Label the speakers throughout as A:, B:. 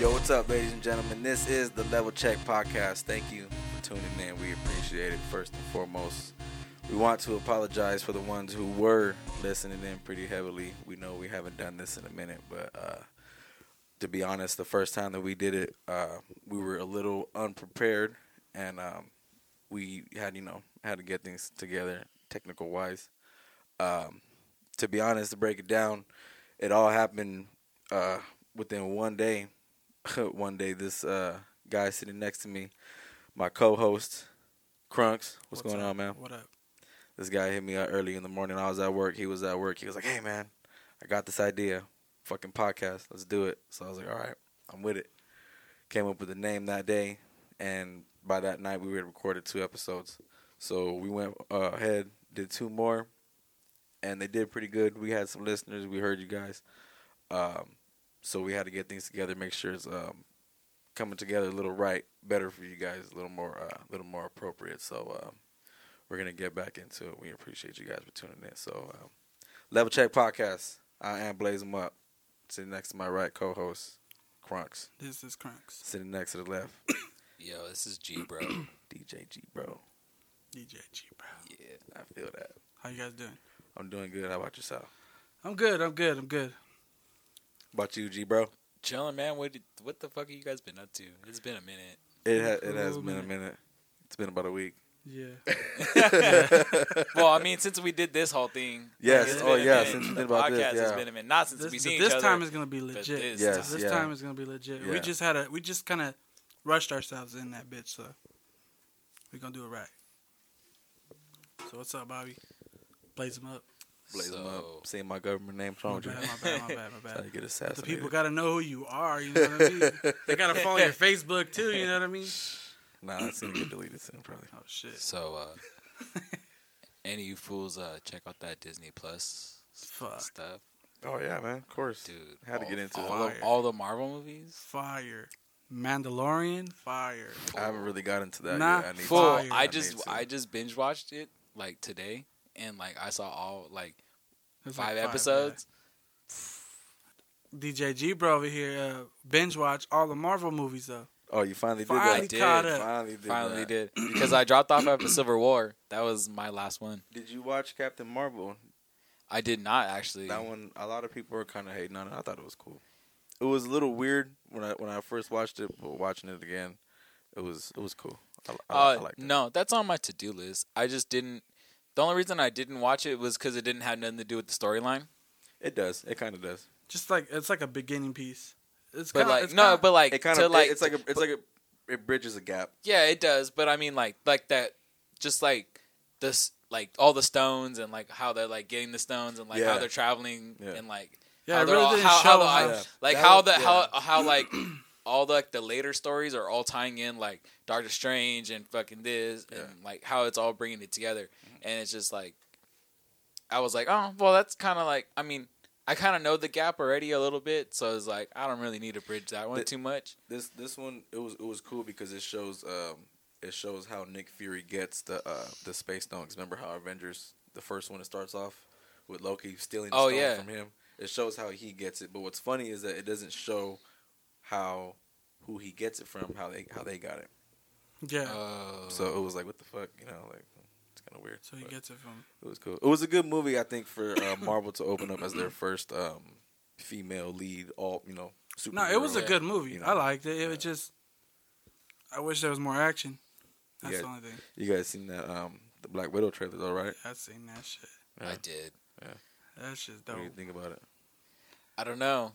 A: Yo, what's up, ladies and gentlemen? This is the Level Check Podcast. Thank you for tuning in. We appreciate it, first and foremost. We want to apologize for the ones who were listening in pretty heavily. We know we haven't done this in a minute, but uh, to be honest, the first time that we did it, uh, we were a little unprepared, and um, we had, you know, had to get things together technical wise. Um, to be honest, to break it down, it all happened uh, within one day. one day, this uh, guy sitting next to me, my co-host, Crunks. What's, going
B: up?
A: on, man?
B: What up?
A: This guy hit me up early in the morning. I was at work. He was at work. He was like, "Hey, man, I got this idea, fucking podcast. Let's do it." So I was like, "All right, I'm with it." Came up with the name that day, and by that night we had recorded two episodes. So we went uh, ahead, did two more, and they did pretty good. We had some listeners. We heard you guys. Um, so we had to get things together, make sure it's um, coming together a little right, better for you guys, a little more, uh, a little more appropriate. So. Um, we're gonna get back into it. We appreciate you guys for tuning in. So, um, Level Check Podcast. I am Blaze 'em Up. Sitting next to my right co-host, Crunks.
B: This is Cranks.
A: Sitting next to the left,
C: Yo, this is G, bro.
A: DJ G, bro.
B: DJ G, bro.
C: yeah.
A: I feel that.
B: How you guys doing?
A: I'm doing good. How about yourself?
B: I'm good. I'm good. I'm good.
A: About you, G, bro?
C: Chilling, man. What what the fuck have you guys been up to? It's been a minute.
A: It ha- it has been a minute. It's been about a week.
B: Yeah.
C: Well, I mean, since we did this whole thing.
A: Yes.
C: it's
A: Oh,
C: been a
A: yeah,
C: minute.
A: since we
C: the
A: did about
C: podcast
A: this,
C: has
A: yeah.
C: been a minute. Not since
B: This,
C: we
B: but
C: seen each
B: this
C: other.
B: time is gonna be
C: but
B: legit. This,
C: this
A: Yes,
C: time-
A: yeah.
B: time is gonna be legit. We
A: Yeah.
B: just had a. We just kind of rushed ourselves in that bitch, so we gonna do it right. So what's up, Bobby? Blaze them up.
A: Blaze 'em
C: So-
A: up. Seeing my government name. What's wrong
B: My
A: with you?
B: bad. My bad. My bad.
A: Trying to
B: My bad.
A: get
B: But the
A: assassinated.
B: people gotta know who you are. You know what I mean? they gotta follow your Facebook too. You know what I mean?
A: nah, it's gonna get deleted soon, probably.
B: Oh shit.
C: So, uh, any of you fools, uh, check out that Disney Plus
B: Fuck.
C: stuff,
A: Oh yeah, man. Of course.
C: dude.
A: Had to
C: all-
A: get into
C: all
A: it.
C: the, all the Marvel movies.
B: Fire. Mandalorian. Fire.
A: I haven't really got into that
B: Nah,
A: yet. I need
C: Full.
A: to.
B: Fire.
C: I
A: need
C: just
A: to.
C: I just binge watched it like today, and like I saw all like
B: There's like
C: five
B: yeah.
C: episodes.
B: DJ G bro over here uh, binge watch all the Marvel movies though.
A: Oh, you finally did
B: Finally
A: that.
B: caught up.
A: Finally did.
C: Finally
A: that.
C: did because I dropped off after Civil War. That was my last one.
A: Did you watch Captain Marvel?
C: I did not actually.
A: That one, a lot of people were kind of hating on it. I thought it was cool. It was a little weird when I when I first watched it, but watching it again, it was it was cool. I, Oh, I, I
C: Uh,
A: liked it.
C: no, that's on my to do list. I just didn't. The only reason I didn't watch it was because it didn't have nothing to do with the storyline.
A: it does. It kind of does.
B: Just like it's like a beginning piece. It's
C: But
B: kinda,
C: like,
B: it's
C: no,
B: kinda-
C: but like,
A: It kind
C: to
A: of
C: like,
A: it's like a, it's like a, it bridges a gap.
C: yeah, it does. But I mean, like, like that, just like this, like all the stones and like how they're like getting the stones and like
A: Yeah.
C: how they're traveling
A: Yeah.
C: and like
B: Yeah,
C: how
B: it
C: they're
B: really
C: all,
B: didn't
C: how, how
B: show
C: the,
B: how-
A: Yeah.
C: like
A: That
C: how
A: was-
C: the
A: yeah.
C: how how like all the like the later stories are all tying in like Doctor Strange and fucking this
A: Yeah. Mm-hmm.
C: and like how it's all bringing it together and it's just like I was like oh well that's kind of like I mean I kind of know the gap already a little bit so it's like I don't really need to bridge that one
A: The-
C: too much
A: This this one it was it was cool because it shows um it shows how Nick Fury gets the uh the space stones. Remember how Avengers the first one it starts off with Loki stealing the
C: Oh,
A: stone
C: yeah.
A: from him. It shows how he gets it, but what's funny is that it doesn't show how who he gets it from, how they how they got it.
B: yeah.
C: oh
A: So it was like, what the fuck, you know, like it's kind of weird.
B: so he
A: but
B: gets it from
A: it was cool. It was a good movie, I think, for uh, Marvel to open up as their first um, female lead. All you know, super.
B: No, it was a
C: Yeah.
B: good movie.
A: You know,
B: I liked it. It
A: yeah.
B: was just I wish there was more action. That's
A: Yeah.
B: the only thing.
A: You guys seen that um, the Black Widow trailer, though, right?
B: I've seen that shit.
C: I did
B: That shit's
A: What do you
B: dope.
A: think about it?
C: I don't know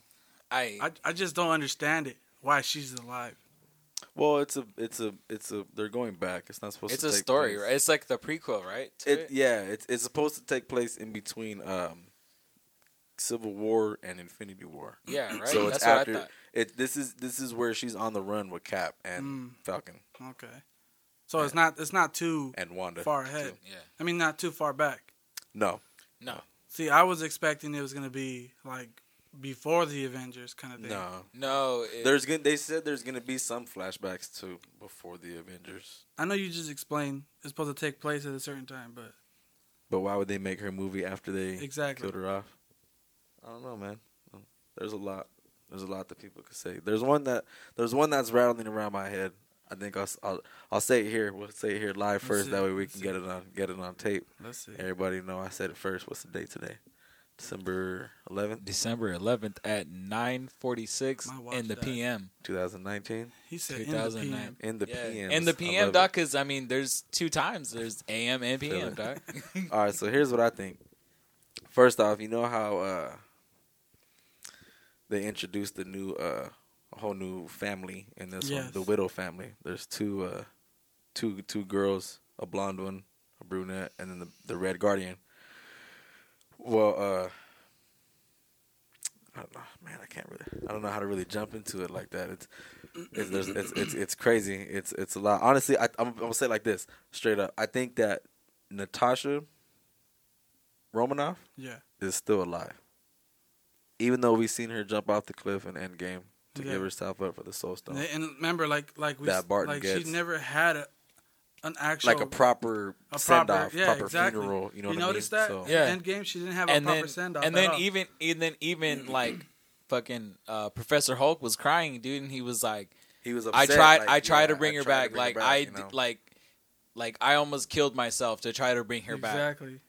C: I,
B: I I just don't understand it. Why she's alive.
A: Well, it's a, it's a, it's a. They're going back. It's not supposed.
C: it's
A: to
C: a
A: take
C: story
A: place.
C: right it's like the prequel right to
A: It, yeah, it's it's supposed to take place in between um, Civil War and Infinity War.
C: yeah right
A: So it's
C: that's
A: after
C: what I thought
A: it. This is this is where she's on the run with Cap and
B: Mm.
A: Falcon
B: Okay. So it's not it's not too
A: and Wanda.
B: far ahead.
C: yeah
B: I mean not too far back.
A: No,
C: no
B: See, I was expecting it was gonna be like before the Avengers kind of thing.
A: no.
C: no it,
A: There's gonna. They said there's gonna be some flashbacks to before the Avengers.
B: I know you just explained it's supposed to take place at a certain time, but
A: But why would they make her movie after they
B: Exactly.
A: killed her off? I don't know, man. There's a lot. There's a lot that people could say. There's one that there's one that's rattling around my head. I think I'll s- I'll, I'll say it here. We'll say it here live
B: Let's
A: first.
B: see.
A: That way we
B: Let's
A: can
B: see.
A: get it on get it on tape.
B: Let's see.
A: Everybody know I said it first. What's the date today? December 11th,
C: December 11th at 9:46
B: My watch
C: in the
B: died.
C: PM.
A: 2019.
B: He said in the
C: 2009.
B: PM.
A: In the
C: Yeah,
A: PM.
C: in the PM, doc. Because I mean, there's two times. There's AM and
A: Feel
C: PM,
A: it.
C: doc.
A: All right, so here's what I think. First off, you know how uh, they introduced the new, uh, a whole new family in this one,
B: Yes.
A: the widow family. There's two, uh, two, two girls, a blonde one, a brunette, and then the the red guardian. Well, uh, I don't know, man. I can't really. I don't know how to really jump into it like that. It's it's there's, it's, it's it's crazy. It's it's a lot. Honestly, I, I'm, I'm gonna say it like this straight up. I think that Natasha Romanoff
B: Yeah.
A: is still alive, even though we've seen her jump off the cliff in Endgame to
B: Yeah.
A: give herself up for the Soul Stone,
B: And- And remember, like like we
A: That
B: s-
A: Barton
B: like
A: gets.
B: she never had a, an actual
A: like a proper
B: a
A: send off, proper,
B: yeah, exactly.
A: funeral. You know what
B: noticed
A: I mean?
B: that?
A: So,
C: Yeah.
B: End game, she didn't have a
C: and
B: proper
C: then
B: send off.
C: and then even and then even like fucking uh, Professor Hulk was crying, dude, and he was like,
A: he was.
C: I
A: Upset,
C: tried,
A: like,
C: I tried
A: yeah,
C: to bring
A: I
C: her
A: tried to
C: back.
A: bring
C: like
A: back,
C: I
A: you
C: d-
A: know?
C: like like I almost killed myself to try to bring her back.
B: exactly.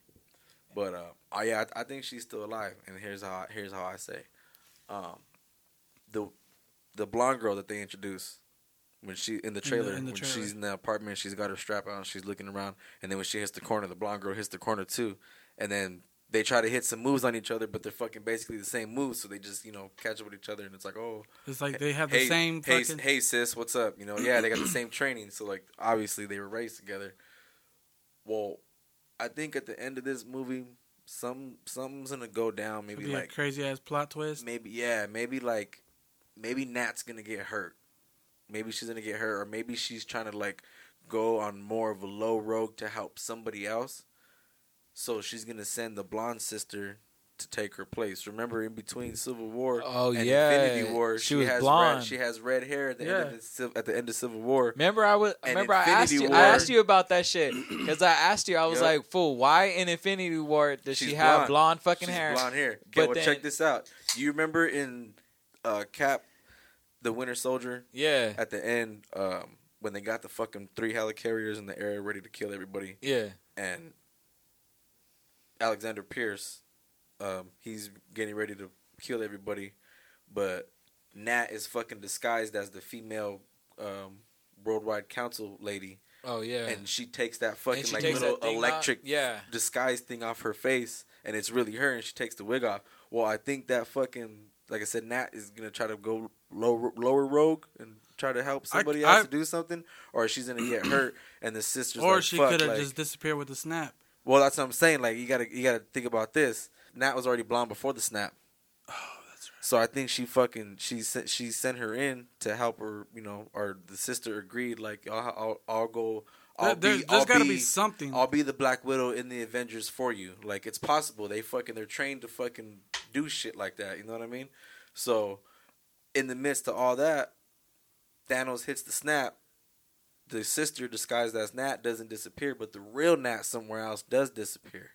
A: But uh, oh yeah, I, I think she's still alive. And here's how here's how I say, um, the the blonde girl that they introduced when she in the trailer
B: in the
A: when
B: trailer.
A: she's in the apartment, she's got her strap on, she's looking around, and then when she hits the corner, the blonde girl hits the corner too, and then. They try to hit some moves on each other, but they're fucking basically the same moves. So they just, you know, catch up with each other, and it's like, oh,
B: It's like they have the
A: hey,
B: same
A: hey,
B: fucking.
A: hey, sis, what's up? You know, yeah, they got the same training, so like obviously they were raised together. Well, I think at the end of this movie, some something's gonna go down.
B: it'd
A: Maybe
B: be a
A: like
B: crazy ass plot twist.
A: maybe yeah, maybe like maybe Nat's gonna get hurt. Maybe she's gonna get hurt, or maybe she's trying to like go on more of a low road to help somebody else. So she's gonna send the blonde sister to take her place. Remember, in between Civil War
C: Oh,
A: and
C: yeah.
A: Infinity War,
C: She
A: she,
C: was
A: has
C: blonde.
A: Red, she has red hair at the end of
B: Yeah.
A: the, Civ- at the end of Civil War.
C: Remember, I was.
A: And
C: remember, I asked
A: Infinity
C: you.
A: War-
C: I asked you about that shit because I asked you. I was
A: Yep.
C: like, "Fool, why in Infinity War does she
A: She's blonde.
C: have blonde fucking
A: She's
C: hair?"
A: Blonde hair. Okay,
C: But
A: well,
C: then-
A: check this out. Do you remember in uh, Cap, the Winter Soldier,
C: Yeah,
A: at the end um, when they got the fucking three helicarriers in the air ready to kill everybody
C: yeah,
A: and alexander pierce um, he's getting ready to kill everybody but nat is fucking disguised as the female um, worldwide council lady
C: oh yeah.
A: and she takes that
C: And
A: fucking
C: she
A: like
C: takes
A: little
C: that thing off-
A: electric
C: Yeah,
A: disguise thing off her face and it's really her and she takes the wig off. Well, I think that fucking like I said, Nat is gonna try to go low, lower rogue and try to help
B: I-
A: somebody
B: I-
A: else to do something, or she's gonna get hurt and the sister's
B: Or
A: like,
B: she
A: fuck,
B: could have
A: like-
B: just disappeared with a snap.
A: well, that's what I'm saying. Like you gotta you gotta think about this. Nat was already blonde before the snap.
B: Oh, that's right.
A: So I think she fucking she sent she sent her in to help her, you know, or the sister agreed like I'll I'll, I'll go. I'll
B: there,
A: be,
B: has
A: I'll
B: got to
A: be
B: be something.
A: I'll be the Black Widow in the Avengers for you. Like it's possible. They fucking they're trained to fucking do shit like that. You know what I mean? So in the midst of all that, Thanos hits the snap. The sister disguised as Nat doesn't disappear, but the real Nat somewhere else does disappear.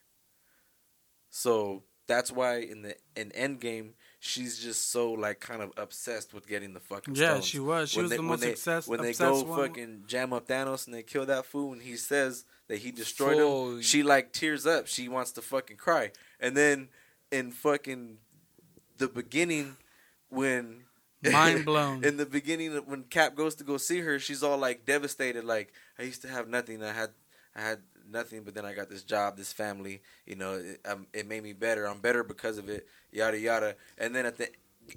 A: So that's why in the in Endgame, she's just so like kind of obsessed with getting the fucking
B: yeah,
A: stones
B: she was. She
A: when
B: was
A: they-
B: the
A: when
B: most
A: they-
B: success,
A: when they
B: obsessed
A: go
B: one.
A: fucking jam up Thanos and they kill that fool and he says that he destroyed
C: Fool.
A: him, she like tears up. She wants to fucking cry. And then in fucking the beginning when
B: Mind blown.
A: in the beginning of- when Cap goes to go see her, she's all like devastated, like I used to have nothing. I had I had nothing, but then I got this job, this family. You know, it, um, it made me better. I'm better because of it. Yada yada. And then at the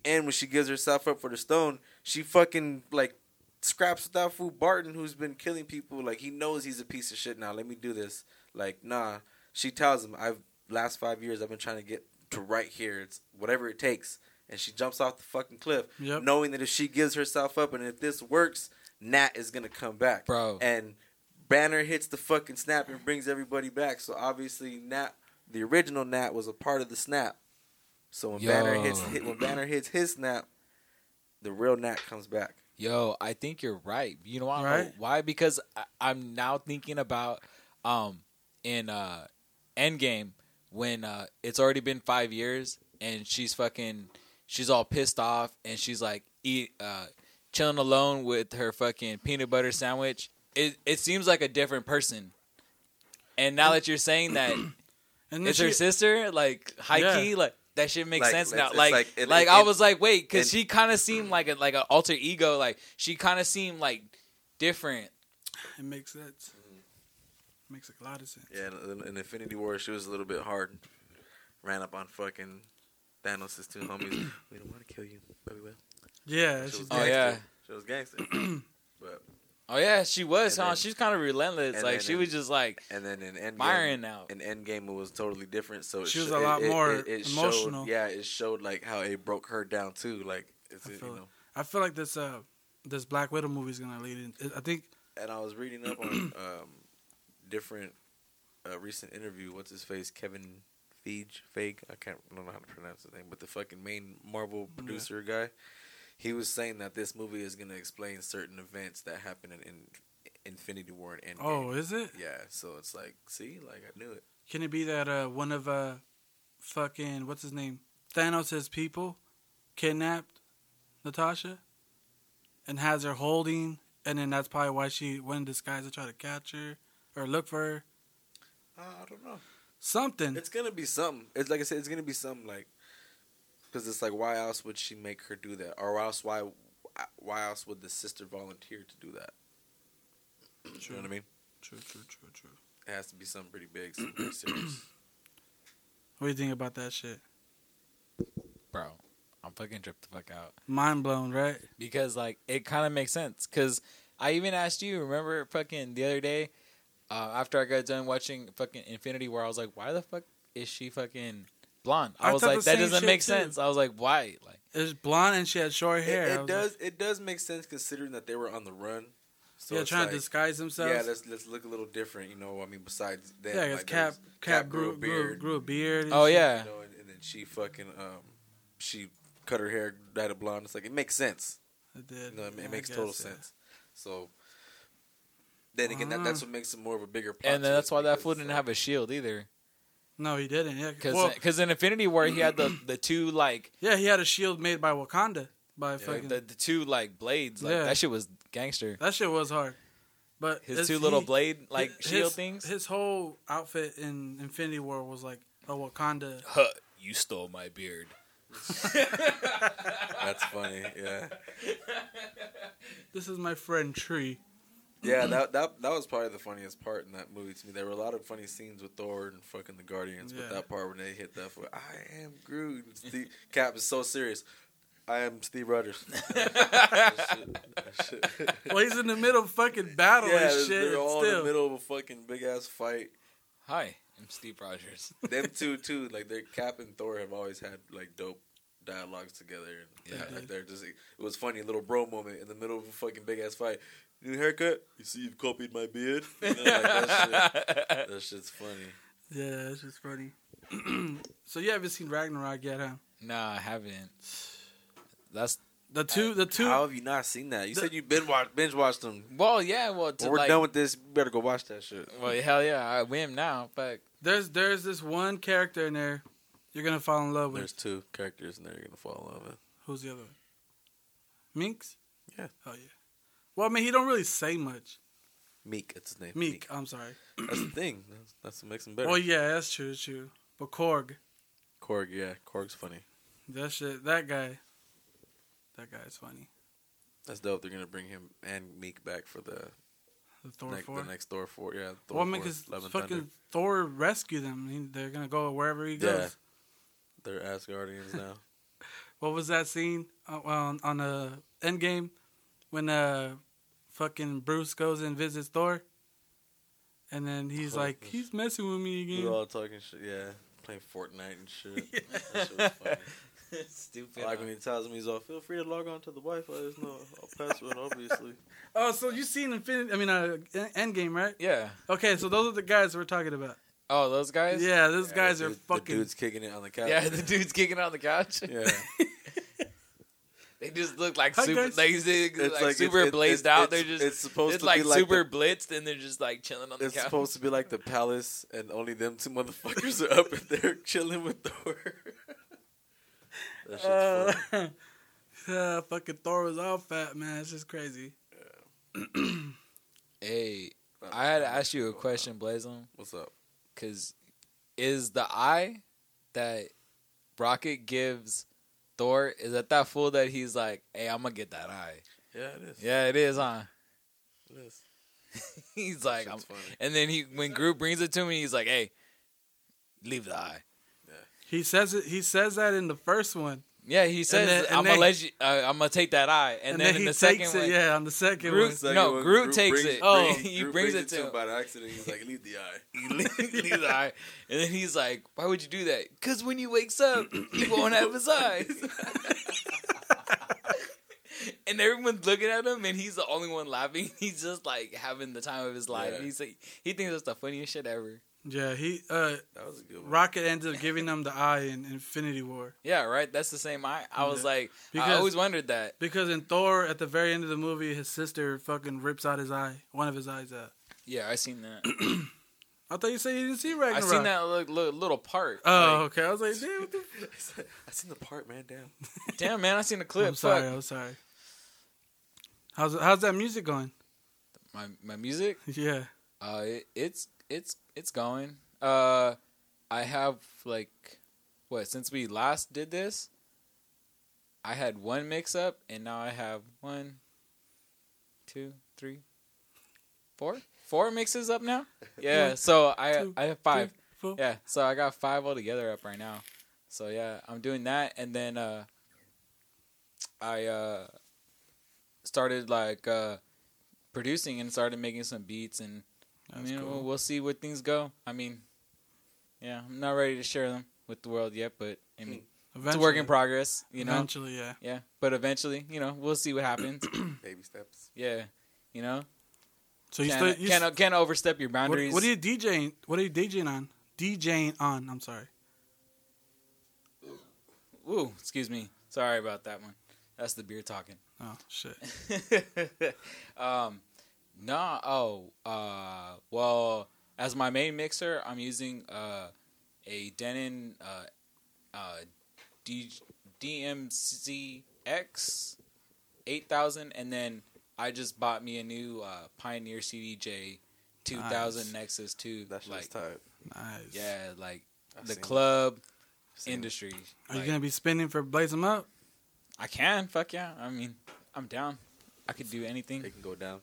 A: end, when she gives herself up for the stone, she fucking like scraps with that fool Barton, who's been killing people. Like he knows he's a piece of shit now. Let me do this. Like nah. She tells him, "I've last five years I've been trying to get to right here. It's whatever it takes." And she jumps off the fucking cliff
B: Yep.
A: knowing that if she gives herself up and if this works, Nat is gonna come back.
C: Bro.
A: And Banner hits the fucking snap and brings everybody back. So obviously Nat the original Nat was a part of the snap. So when Banner
C: Yo.
A: hits hit, when Banner hits his snap, the real Nat comes back.
C: Yo, I think you're right. You know why?
B: Right?
C: Why? Because I, I'm now thinking about um in uh Endgame when uh it's already been five years and she's fucking she's all pissed off and she's like eat uh chilling alone with her fucking peanut butter sandwich it it seems like a different person and now that you're saying that
B: And then
C: it's her
B: she-
C: sister like high
B: Yeah.
C: key like that shit makes
A: Like,
C: sense
A: it's-
C: now
A: it's
C: like like,
A: like- it- it-
C: i
A: it-
C: was like wait because
A: and-
C: she kind of seemed like a like an alter ego like she kind of seemed like different
B: It makes sense. Makes a lot of sense.
A: Mm-hmm. Yeah, in, in Infinity War, she was a little bit hard. Ran up on fucking Thanos' two homies. we don't want to kill you, but we will.
B: Yeah,
A: She
B: she's
A: was
C: Oh,
B: dead.
C: yeah.
A: gangster. She was gangster. but
C: oh yeah she was
A: And
C: huh
A: then-
C: she was kind of relentless
A: and
C: like
A: then
C: she
A: in-
C: was just like
A: and then in Endgame,
C: firing out
A: in Endgame, it was totally different. So it
B: She was
A: sho-
B: a
A: it-
B: lot
A: it-
B: more
A: it- it
B: emotional.
A: Showed, yeah, it showed like how it broke her down too. Like it's
B: I
A: you
B: feel it.
A: know.
B: I feel like this uh this Black Widow movie is gonna lead in. I think
A: And I was reading up on um, different uh, recent interview. What's his face? Kevin Feige. Feige. I can't I don't know how to pronounce his name, but the fucking main Marvel producer guy. He was saying that this movie is going to explain certain events that happened in, in Infinity War and Endgame.
B: oh, is it?
A: Yeah, so it's like, see, like I knew it.
B: Can it be that uh one of uh fucking what's his name? Thanos' people kidnapped Natasha and has her holding and then that's probably why she went in disguise to try to catch her or look for her.
A: Uh, I don't know.
B: Something.
A: It's gonna be something. It's like I said, it's gonna be something like, because it's like, why else would she make her do that, or else why, why else would the sister volunteer to do that? You know what I mean?
B: True, true, true, true.
A: It has to be something pretty big, something pretty serious.
B: What do you think about that shit?
C: bro i'm fucking tripped the fuck out
B: Mind blown, right?
C: because like it kind of makes sense because i even asked you remember fucking the other day uh, after i got done watching fucking infinity war i was like why the fuck is she fucking blonde i,
B: I
C: was
B: thought
C: like
B: the
C: that
B: same
C: doesn't
B: shit,
C: make
B: too.
C: sense i was like why like
B: It's blonde and she had short
A: It,
B: hair. I
A: it
B: was
A: does.
B: Like,
A: It does make sense considering that they were on the run. So
B: yeah,
A: it's
B: trying
A: like,
B: to disguise themselves.
A: Yeah, let's let's look a little different. You know, I mean, besides them,
B: Yeah, 'cause
A: like, there
B: Cap,
A: was-
B: Cap grew, grew, grew a beard.
A: Mm-hmm.
B: and
C: oh
B: shit.
C: yeah
A: You know, and, and then she fucking um, she cut her hair, dyed it blonde. It's like it makes sense.
B: It did.
A: You know, it,
B: I
A: it makes
B: guess,
A: total
B: yeah.
A: sense. So then again, that, that's what makes it more of a bigger. Plot
C: Ah. and then
A: twist
C: that's why that
A: because uh,
C: fool
A: it's
C: didn't
A: like-
C: have a shield either
B: No, he didn't. Yeah,
C: because
B: well,
C: in infinity war he had the the two like
B: yeah, he had a shield made by Wakanda. By
C: like
B: fucking
C: the, the two like blades like
B: Yeah.
C: that shit was gangster
B: that shit was hard. But
C: his
B: it's-
C: two little
B: he-
C: blade like
B: his-
C: shield things
B: His whole outfit in Infinity War was like a Wakanda.
C: huh you stole my beard
A: That's funny. Yeah,
B: This is my friend Tree.
A: yeah. That that that was probably the funniest part in that movie to me. There were a lot of funny scenes with Thor and fucking the Guardians,
B: Yeah.
A: but that part when they hit that, foot, I am Groot. and Steve, Cap is so serious. I am Steve Rogers. That shit- that shit.
B: Well, he's in the middle of fucking battle
A: yeah,
B: and shit.
A: they're all in
B: still,
A: the middle of a fucking big ass fight.
C: hi i'm steve rogers
A: Them two too, like their Cap and Thor have always had like dope dialogues together. And
C: Yeah.
A: yeah, like they're just it was funny little bro moment in the middle of a fucking big ass fight. New haircut? You see, you've copied my beard. You know, like, that, shit, that shit's funny.
B: Yeah, that's just funny. so you haven't seen Ragnarok yet, huh?
C: Nah, I haven't. That's
B: The two, the two.
A: Uh, How have you not seen that? You said you binge watched binge watched them.
C: well, yeah. Well, to
A: When we're
C: like,
A: done with this, you better go watch that shit.
C: well, hell yeah, I win now. But
B: There's there's this one character in there you're gonna fall in love with.
A: There's two characters and they're gonna fall in love with.
B: Who's the other one? Minx.
A: Yeah.
B: Oh yeah. Well, I mean, he don't really say much.
A: Meek, that's his name.
B: Meek. I'm sorry.
A: Meek. That's the thing. That's, that's what makes him better.
B: Well, yeah, that's true, that's true. But Korg,
A: Korg, yeah, Korg's funny.
B: that shit, that guy, that guy is funny.
A: That's dope. They're gonna bring him and Meek back for the
B: The Thor
A: Next-
B: four.
A: The next Thor four, yeah. Thor
B: well, I mean,
A: 4,
B: because
A: Love and
B: fucking
A: Thunder.
B: Thor rescued them. He- They're gonna go wherever he goes.
A: Yeah. They're Asgardians now.
B: What was that scene uh, on on the uh, Endgame when uh fucking Bruce goes and visits Thor, and then he's
A: Oh,
B: like,
A: yes.
B: he's messing with me
A: we were
B: again.
A: all talking shit. Yeah, playing Fortnite and shit. That shit was funny.
C: stupid.
A: I Like when he tells me he's all, feel free to log on to the Wi-Fi. There's no I'll password, obviously.
B: Oh, so you seen Infinity? I mean, uh, En- Endgame, right?
C: yeah.
B: Okay, so those are the guys we're talking about.
C: Oh, those guys.
B: Yeah, those
A: Yeah,
B: guys
A: the
B: are
A: dude-
B: fucking.
A: The dude's kicking it on the couch.
C: Yeah, the dude's kicking on the couch.
A: yeah.
C: They just look like
B: Hi,
C: super.
B: guys.
C: They, they- like,
A: like-
C: super
A: it's- it's-
C: blazed
A: it's-
C: out.
A: it's-
C: they're just.
A: it's
C: It's
A: supposed to
C: like
A: be like
C: super blitzed, and they're just like chilling on the
A: It's
C: couch.
A: supposed to be like the palace, and only them two motherfuckers are up in there chilling with Thor. That shit's
B: Uh,
A: funny.
B: yeah, fucking Thor was all fat, man. It's just crazy.
C: Hey, I had to ask you a question, Blazem,
A: What's up?
C: because is the eye that Rocket gives Thor is that that fool that he's like, hey, I'm gonna get that eye.
A: Yeah, it is.
C: Yeah, it is, huh?
A: It is.
C: He's like,
A: Shit's
C: I'm,
A: funny.
C: and then he when Groot brings it to me, he's like, hey, leave the eye.
B: He says it. He says that in the first one,
C: Yeah, he says,
B: then- and
C: I'm
B: then-
C: gonna let you, uh, I'm gonna take that eye, and, then,
B: he
C: in the
B: takes
C: second
B: it.
C: one,
B: Yeah, on the second
C: Groot-
B: one.
C: no,
A: one,
C: Groot takes it.
B: Oh.
C: He brings it to him.
A: by accident. He's like, leave the eye.
C: You leave- leave the eye. And then he's like, "Why would you do that? Because when he wakes up, he won't have his eyes." and everyone's looking at him, and he's the only one laughing. He's just like having the time of his life.
A: Yeah.
C: He's like, he thinks that's the funniest shit ever.
B: Yeah, he. Uh,
A: That was a good one.
B: Rocket ends up giving them the eye in Infinity War
C: Yeah, right. That's the same eye. I was
B: Yeah.
C: like, I
B: Because-
C: always wondered that.
B: because in Thor, at the very end of the movie, his sister fucking rips out his eye, one of his eyes out.
C: Yeah, I seen that.
B: I thought you said you didn't see Ragnarok.
C: I seen that li- li- little part.
B: Oh,
C: Like,
B: okay. I was like, damn. What the f-
A: I said- I seen the part, man. Damn.
C: damn man, I seen the clip.
B: I'm sorry.
C: Fuck.
B: I'm sorry. How's how's that music going?
C: My my music.
B: Yeah.
C: Uh, it, it's it's it's going. Uh, I have like, what since we last did this, I had one mix up, and now I have one, two, three, four, four mixes up now. Yeah,
B: One,
C: so I
B: two,
C: I have five.
B: Three, four.
C: Yeah, so I got five altogether up right now. So yeah, I'm doing that, and then uh, I uh, started like uh, producing and started making some beats, and I
B: That's
C: mean
B: cool.
C: we'll, we'll see where things go. I mean, yeah, I'm not ready to share them with the world yet, but I mean it's a work in progress, you know.
B: Eventually, yeah.
C: Yeah, but eventually, you know, we'll see what happens.
A: Baby steps.
C: yeah, you know,
B: So you
C: can't,
B: still you
C: can't, can't overstep your
B: what,
C: boundaries.
B: what are you DJing? What are you DJing on? DJing on. I'm sorry.
C: Ooh, excuse me. Sorry about that one. That's the beer talking.
B: Oh shit.
C: um, no, oh, uh, well, as my main mixer, I'm using uh, a Denon uh, uh, D- DMCX 8000, and then I just bought me a new uh, Pioneer CDJ 2000
B: Nice.
C: Nexus 2.
A: That shit's
C: like,
A: tight.
B: Nice.
C: yeah, like
A: I've
C: the
A: seen
C: club
A: it. Seen it.
C: industry.
B: Are you
C: Like,
B: gonna be spinning for Blaze Them Up?
C: I can, fuck yeah. I mean, I'm down. I could do anything.
A: It can go down.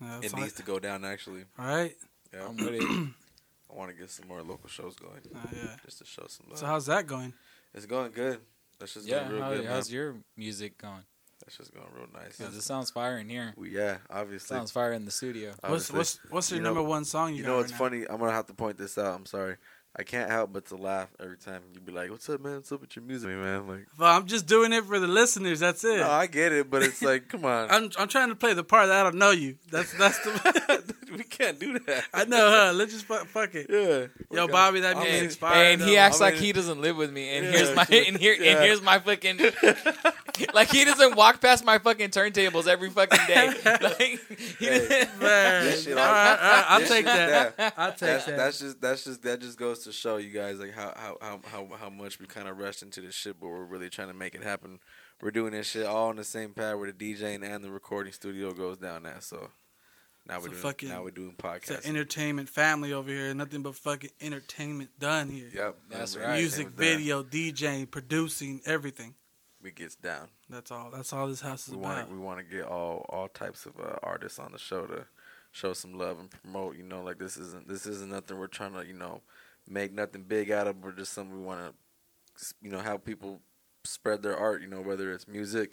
B: Yeah,
A: It
B: that's all I-
A: needs to go down, actually.
B: all right.
A: Yeah.
C: I'm with it.
A: I want to get some more local shows going.
B: Oh, yeah.
A: Just to show some love.
B: So how's that going?
A: it's going good. That's just
C: Yeah,
A: going real
C: how-
A: good, man.
C: how's your music going?
A: That's just going real nice.
C: Because it sounds fire in here.
A: We- yeah, obviously.
C: Sounds fire in the studio.
B: What's
A: obviously.
B: what's what's your
A: You know-
B: number one song? You,
A: You
B: got
A: know,
B: right
A: it's
B: now?
A: funny. I'm gonna have to point this out. I'm sorry. I can't help but to laugh every time you be like, "What's up, man? What's up with your music, man?" Like,
B: But I'm just doing it for the listeners. That's it.
A: no, I get it, but it's like, come on,
B: I'm I'm trying to play the part that I don't know you. That's that's the.
A: we can't do that.
B: I know. Huh? Let's just fuck, fuck it.
A: Yeah,
B: Yo, Bobby, that
A: I'm
B: music
A: in.
B: inspired.
C: And he
B: though.
C: acts
A: I'm
C: like
A: in-
C: he doesn't live with me. And
A: Yeah,
C: here's my
A: dude.
C: and here
A: Yeah.
C: and here's my fucking like he doesn't walk past my fucking turntables every fucking day. Like he doesn't-
B: Man,
A: This shit
B: all right, all right, I'll
A: this
B: take
A: shit-
B: that.
A: yeah.
B: I'll take
A: That's,
B: that.
A: that's just that's just that just goes to show you guys like how how how how, how much we kind of rushed into this shit, but we're really trying to make it happen. We're doing this shit all on the same pad where the DJing and the recording studio goes down at. So now
B: It's
A: we're
B: a
A: doing
B: fucking-
A: now we're doing
B: It's an
A: podcasts.
B: entertainment family over here. Nothing but fucking entertainment done here.
A: Yep,
C: That's
A: We're
C: right.
B: Music,
A: entertainment done.
B: video, DJing, producing, everything.
A: uh, We gets down.
B: That's all. That's all this house is
A: we
B: about.
A: want to we want to get all all types of uh, artists on the show to show some love and promote. You know, like this isn't this isn't nothing we're trying to you know make nothing big out of. We're just something we want to you know have people spread their art. You know, whether it's music,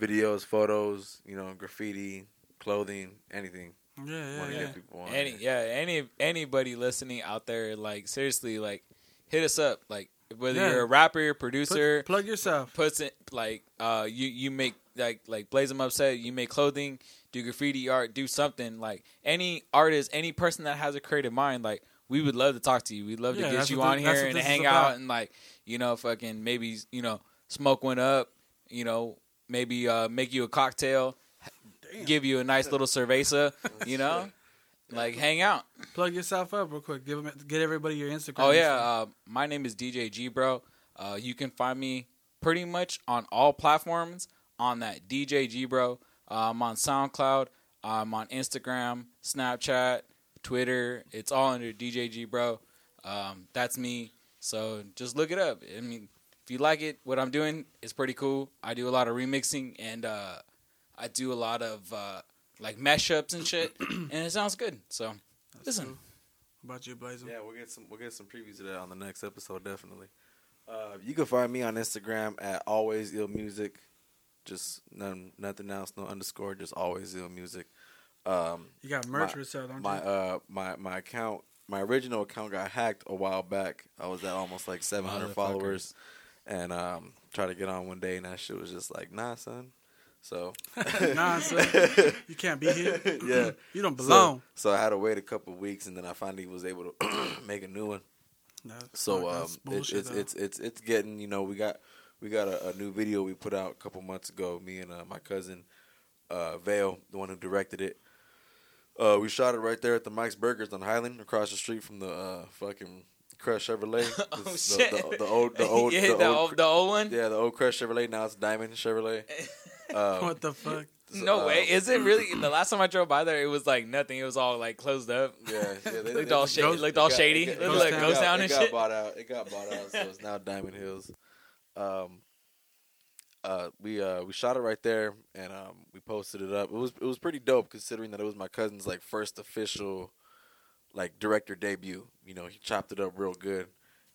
A: videos, photos, you know, graffiti, clothing, anything.
B: yeah, yeah,
A: want to
B: yeah.
A: get people on.
C: any
A: there.
C: yeah any anybody listening out there like seriously like hit us up like whether
B: Yeah.
C: you're a rapper
B: Put-
C: producer
B: plug yourself.
C: puts it like uh you you make like like blaze them up said you make clothing do graffiti art do something like any artist any person that has a creative mind like we would love to talk to you we'd love
B: Yeah,
C: to get
B: that's
C: you
B: what
C: on
B: thi- that's
C: here
B: what
C: and
B: this is
C: hang
B: about.
C: out and like you know fucking maybe you know smoke one up you know maybe uh make you a cocktail give you a nice little cerveza you know like hang out
B: Plug yourself up real quick. Give 'em- get everybody your Instagram.
C: Oh yeah, uh, my name is DJ G, bro. Uh, you Uh, can find me pretty much on all platforms on that DJ G Bro. Um, on SoundCloud, I'm on Instagram, Snapchat, Twitter. It's all under DJ G Bro. Um, that's me. So just look it up. I mean, if you like it, what I'm doing is pretty cool. I do a lot of remixing and uh, I do a lot of uh, like mashups and shit, and it sounds good. So
B: That's
C: listen.
B: cool. What about you, Blazing?
A: Yeah, we'll get some we'll get some previews of that on the next episode, definitely. Uh, you can find me on Instagram at always ill music. Just none, nothing else, no underscore, just always ill music. Um,
B: You got merch
A: My-
B: for sale, don't
A: my
B: you?
A: uh my my account my original account got hacked a while back. I was at almost like 700
C: Motherfuckers.
A: followers, and um tried to get on one day, and that shit was just like nah, son. So
B: nah, son. You can't be here.
A: yeah,
B: You don't
A: So-
B: belong.
A: So, I had to wait a couple weeks, and then I finally was able to make a new one.
B: No,
A: So
B: fuck,
A: um,
B: that's
A: it's
B: bullshit,
A: it's,
B: though.
A: it's it's it's getting you know we got we got a, a new video we put out a couple months ago. Me and uh, my cousin uh, Vale, the one who directed it. Uh, we shot it right there at the Mike's Burgers on Highland, across the street from the uh, fucking Crush Chevrolet.
C: Oh,
A: It's the,
C: shit.
A: The, the old, the old,
C: yeah,
A: the old,
C: the old one.
A: yeah, the old Crush Chevrolet. Now it's Diamond Chevrolet. Um,
B: what the fuck?
A: so,
C: no
A: um,
C: way. Is it really? The last time I drove by there, it was like nothing. It was all like closed up.
A: Yeah, yeah, they,
C: Looked
A: they-
C: all
A: it
C: shady.
A: got-
C: Looked all
A: it got-
C: shady.
A: it
C: Looked
A: got-
B: like
A: it
B: ghost
A: got-
C: town and
A: It got
C: shit.
A: bought out. It got bought out, so it's now Diamond Hills. Um, uh, we uh we shot it right there, and um we posted it up. It was it was pretty dope considering that it was my cousin's like first official, like director debut. You know, he chopped it up real good,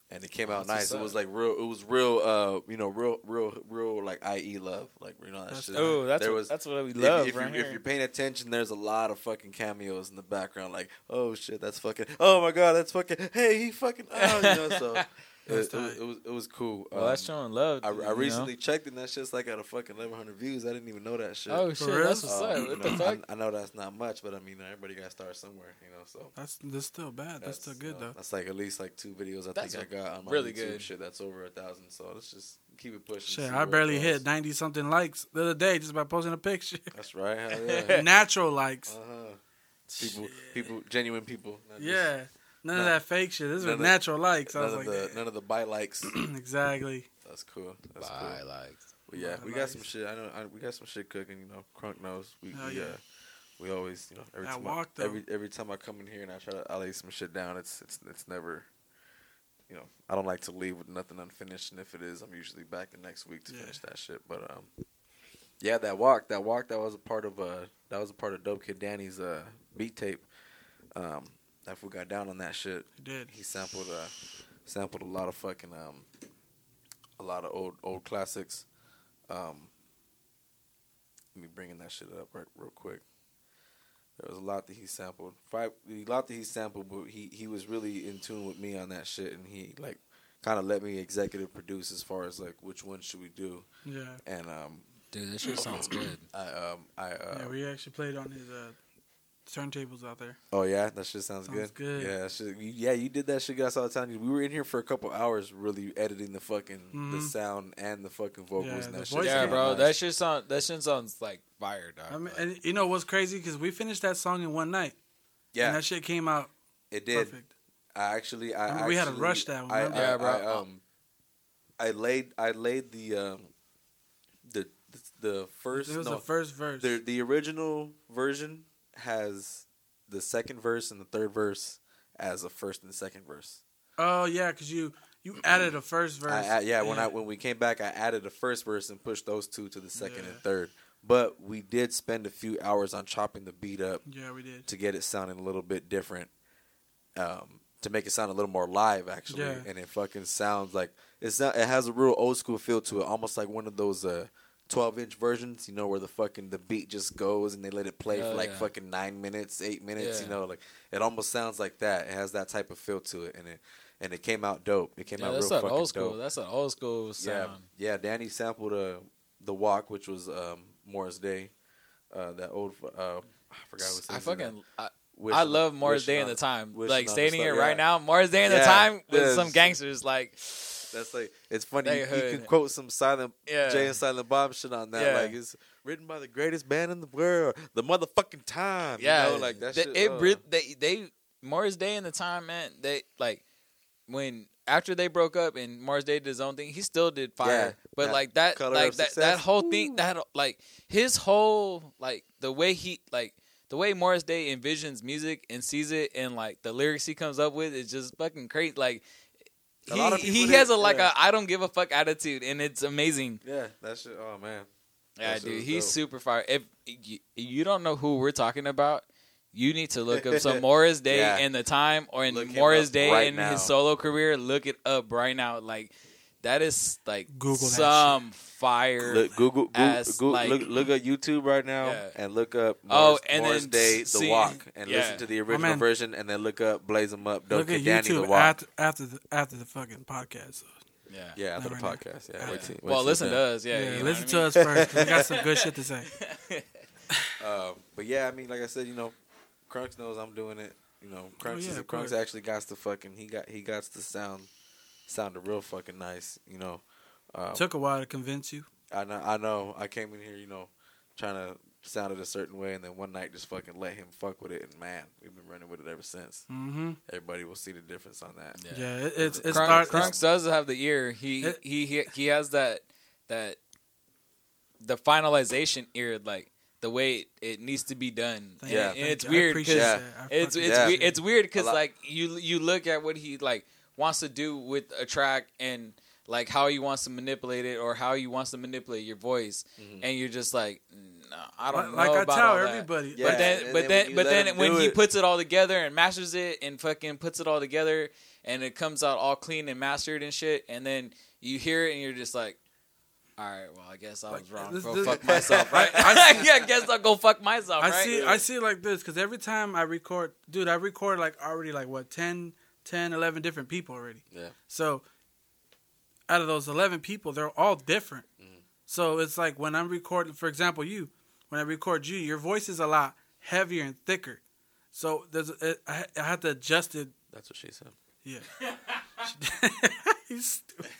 A: and it came out
C: Oh, That's what's
A: nice. It
C: up.
A: was like real. It was real. Uh, you know, real, real, real like IE love. Like you know that
B: That's
A: shit.
B: dope.
C: Oh, that's
A: There
C: what,
A: was-
C: that's what we
A: if-
C: love
A: if,
C: right
A: you,
C: here.
A: if you're paying attention, there's a lot of fucking cameos in the background. Like, oh shit, that's fucking. Oh my god, that's fucking. Hey, he fucking. Oh, you know. So it,
B: That's
A: it was,
B: tight.
A: it was it was cool.
C: well, that's
A: Um,
C: showing love.
A: I,
C: you
A: I
C: know?
A: recently checked and that shit's like at a fucking 1100 views. I didn't even know that shit.
C: Oh
B: For
C: shit,
B: real?
C: that's what's
A: Um,
C: up.
A: you
C: What the
A: know,
C: fuck?
A: I, I know that's not much, but I mean everybody got to start somewhere, you know. So
B: That's that's still bad. That's, still good
A: uh,
B: though.
A: That's like at least like two videos I
C: That's
A: think I got on my
C: really
A: YouTube
C: good.
A: shit that's over a thousand. So let's just keep it pushing. see
B: Shit,
A: where
B: I
A: it
B: barely
A: goes.
B: hit ninety something likes the other day just by posting a picture.
A: That's right. Hell yeah.
B: Natural likes.
A: uh-huh. People, people, genuine people. not just-
B: yeah. None of
A: none-
B: that fake shit. This
A: none
B: was
A: of-
B: natural likes. I
A: none of
B: was like,
A: the none of the buy likes.
B: "Damn." exactly.
A: That's cool. That's
C: Bye,
A: cool.
C: like
A: But yeah,
B: Buy
A: we got
B: likes.
A: some shit. I know I, we got some shit cooking. You know, Crunk knows. We
B: Hell
A: we,
B: yeah.
A: uh, we always you know every
B: That
A: time
B: walk,
A: I,
B: though.
A: every every time I come in here and I try to I lay some shit down. It's it's it's never. You know, I don't like to leave with nothing unfinished, and if it is, I'm usually back the next week to
B: Yeah.
A: finish that shit. But um, yeah, that walk, that walk, that was a part of uh, that was a part of Dope Kid Danny's uh beat tape. Um, if we got down on that shit,
B: You did.
A: he sampled uh sampled a lot of fucking um a lot of old old classics. Um let me bringing that shit up right real quick. There was a lot that he sampled. Five a lot that he sampled, but he he was really in tune with me on that shit and he like kind of let me executive produce as far as like which one should we do
B: Yeah.
A: and um
C: Dude, that shit sounds good.
A: I um I uh
B: yeah. We actually played on his uh, turntables out there.
A: Oh yeah, that shit sounds,
B: Sounds
A: good.
B: good.
A: Yeah, that shit, you, yeah, you did that shit guys all the time. We were in here for a couple hours, really editing the fucking the
B: Mhm.
A: sound and the fucking vocals.
B: Yeah,
A: and
B: the
A: that
B: voice
A: shit.
C: Yeah,
B: came
C: bro,
A: Nice.
C: that shit sounds that shit sounds like fire, dog.
B: I mean,
C: Like,
B: and you know what's crazy? Because we finished that song in one night.
A: yeah,
B: And that shit came out
A: it did.
B: perfect.
A: I actually, I
B: Remember we had to
A: actually-
B: rush that one,
A: I,
B: remember?
A: I-
C: Yeah,
A: I,
C: bro.
A: um, I laid, I laid the, um, the, the, the first.
B: it was
A: no,
B: the first verse.
A: The, the original version has the second verse and the third verse as a first and second verse.
B: oh yeah, because you you added a first verse.
A: I, I, yeah, when I when we came back, I added the first verse and pushed those two to the second
B: Yeah.
A: and third. But we did spend a few hours on chopping the beat up
B: yeah we did.
A: to get it sounding a little bit different, um, to make it sound a little more live actually.
B: Yeah.
A: And it fucking sounds like it's not. It has a real old school feel to it, almost like one of those uh, twelve inch versions, you know, where the fucking the beat just goes and they let it play
C: Oh,
A: for like
C: yeah.
A: fucking nine minutes, eight minutes, you
C: Yeah.
A: know, like it almost sounds like that. It has that type of feel to it, and it and it came out dope. It came
C: yeah,
A: out
C: that's
A: real
C: that
A: fucking
C: old school.
A: dope.
C: That's an old school
A: Yeah,
C: sound.
A: yeah. Danny sampled uh, the walk, which was um, Morris Day. Uh, that old, fu- uh, I forgot. What
C: I fucking I,
A: Wish-
C: I love Morris
A: Wish
C: Day in
A: on-
C: the time.
A: Wish
C: Like
A: on
C: standing
A: the
C: here
A: Sun,
C: right
A: yeah.
C: now, Morris Day in the
A: Yeah,
C: time with
A: yes.
C: some gangsters. Like
A: That's like it's funny. You, you
C: Neighborhood.
A: can quote some silent
C: Yeah.
A: Jay and Silent Bob shit on that.
C: Yeah.
A: Like it's written by the greatest band in the world, the motherfucking time. you
C: yeah,
A: know, like that.
C: the-
A: shit, oh.
C: it
A: uh,
C: re- they they Morris Day in the time, man. They like when after they broke up and Mars did his own thing, he still did fire.
A: Yeah,
C: but
A: that
C: like that,
A: color
C: like
A: of
C: that, that
A: success.
C: whole thing, that like his whole like the way he like the way Morris Day envisions music and sees it, and like the lyrics he comes up with is just fucking crazy. Like
A: A
C: he,
A: lot of
C: he
A: people
C: has a
A: didn't-
C: like
A: yeah.
C: a I don't give a fuck attitude, and it's amazing.
A: Yeah, that shit. Oh man, That
C: Yeah,
A: shit
C: dude,
A: was
C: he's
A: dope.
C: super fire. If you, you don't know who we're talking about, you need to look up some Morris Day
A: Yeah.
C: and the time, or in
A: Look him
C: Morris
A: up
C: Day
A: right
C: in
A: now.
C: his solo career. Look it up right now. Like that is like
B: Google that
C: some fire.
A: look Google, Google,
C: As,
A: Google
C: like-
A: look look at YouTube right now
C: Yeah.
A: and look up
C: Oh,
A: Morris,
C: and
A: Morris
C: then
A: Day
C: see-
A: the Walk and
C: yeah.
A: listen to the original
B: man.
A: version and then look up Blaze 'em up Don't
B: Look at
A: Kid Danny the
B: YouTube
A: Walk.
B: after after the, after the fucking podcast.
C: yeah.
A: yeah, after the
B: Not right
A: podcast. Yeah,
C: Yeah.
A: wait till- wait
C: well,
A: till
C: listen
A: it's
C: to
A: done.
C: us. Yeah,
B: Yeah,
C: you know
B: listen
C: what
B: to us first. 'cause We got some good shit to say.
C: I mean?
A: Um, but yeah, I mean, like I said, you know, Crunks knows I'm doing it. You know, Crunks
B: Oh, yeah,
A: is,
B: of
A: Crunks
B: course.
A: actually got the fucking he got he got the sound sounded real fucking nice. You know, um,
B: Took a while to convince you.
A: I know I know I came in here you know trying to sound it a certain way and then one night just fucking let him fuck with it and man we've been running with it ever since.
B: Mm-hmm.
A: Everybody will see the difference on that.
C: Yeah.
B: Yeah, it, it's it's
C: Crunk,
B: art.
C: Crunks does have the ear. He,
B: It-
C: he he he has that that the finalization ear, like the way it, it needs to be done.
B: Thank
A: Yeah.
B: you,
C: And
B: thank
C: it's
B: you. I
C: weird
B: appreciate
C: because
A: Yeah.
B: that. I fucking
C: it's it's
A: Yeah.
C: we-
B: appreciate
C: it's weird because
A: lot-
C: like you you look at what he like wants to do with a track and like how he wants to manipulate it or how he wants to manipulate your voice,
A: Mhm.
C: and you're just like, no, I
B: it.
C: don't
B: like
C: know
B: I
C: about
B: tell
C: all that."
B: everybody.
A: Yeah.
C: But then,
A: and
C: but
A: then when
C: then,
A: you
C: but
A: let
C: then,
A: him
C: when
A: do
C: he
A: it-
C: puts it all together and masters it and fucking puts it all together and it comes out all clean and mastered and shit, and then you hear it and you're just like, all right, well, I guess I
B: Like,
C: was wrong.
B: this-
C: go
B: this-
C: fuck myself, right?
B: I-
C: yeah, I guess I'll go fuck myself,
B: I
C: right?
B: see I see it like this because every time I record, dude, I record like already like what 10, 10, 11 different people already.
A: Yeah.
B: So out of those eleven people, they're all different.
C: Mm.
B: So it's like when I'm recording, for example, you, when I record you, your voice is a lot heavier and thicker. So there's it, I, I have to adjust it.
A: That's what she said.
B: Yeah. He's stupid.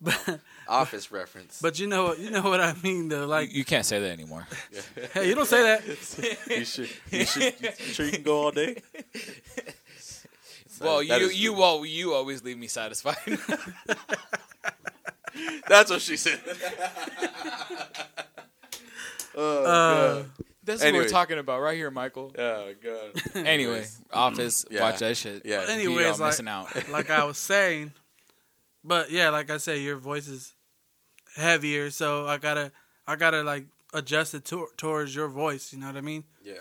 B: But,
A: Office reference.
B: but you know you know what I mean though like
C: you can't say that anymore.
B: hey you don't say that
A: you should, you should, you sure you can go all day?
C: well,
A: That
C: you
A: is-
C: you well, you always leave me satisfied.
A: That's what she said. oh,
B: Uh,
A: God.
C: That's what we're
A: Anyways.
C: talking about right here, Michael.
A: Oh, God.
C: Anyway, office,
A: Yeah.
C: watch that shit.
A: Yeah.
C: You
B: Anyways,
C: all
B: like-
C: missing out.
B: like I was saying. But yeah, like I said, your voice is heavier, so I gotta I gotta like adjust it to- towards your voice. You know what I mean?
A: Yeah.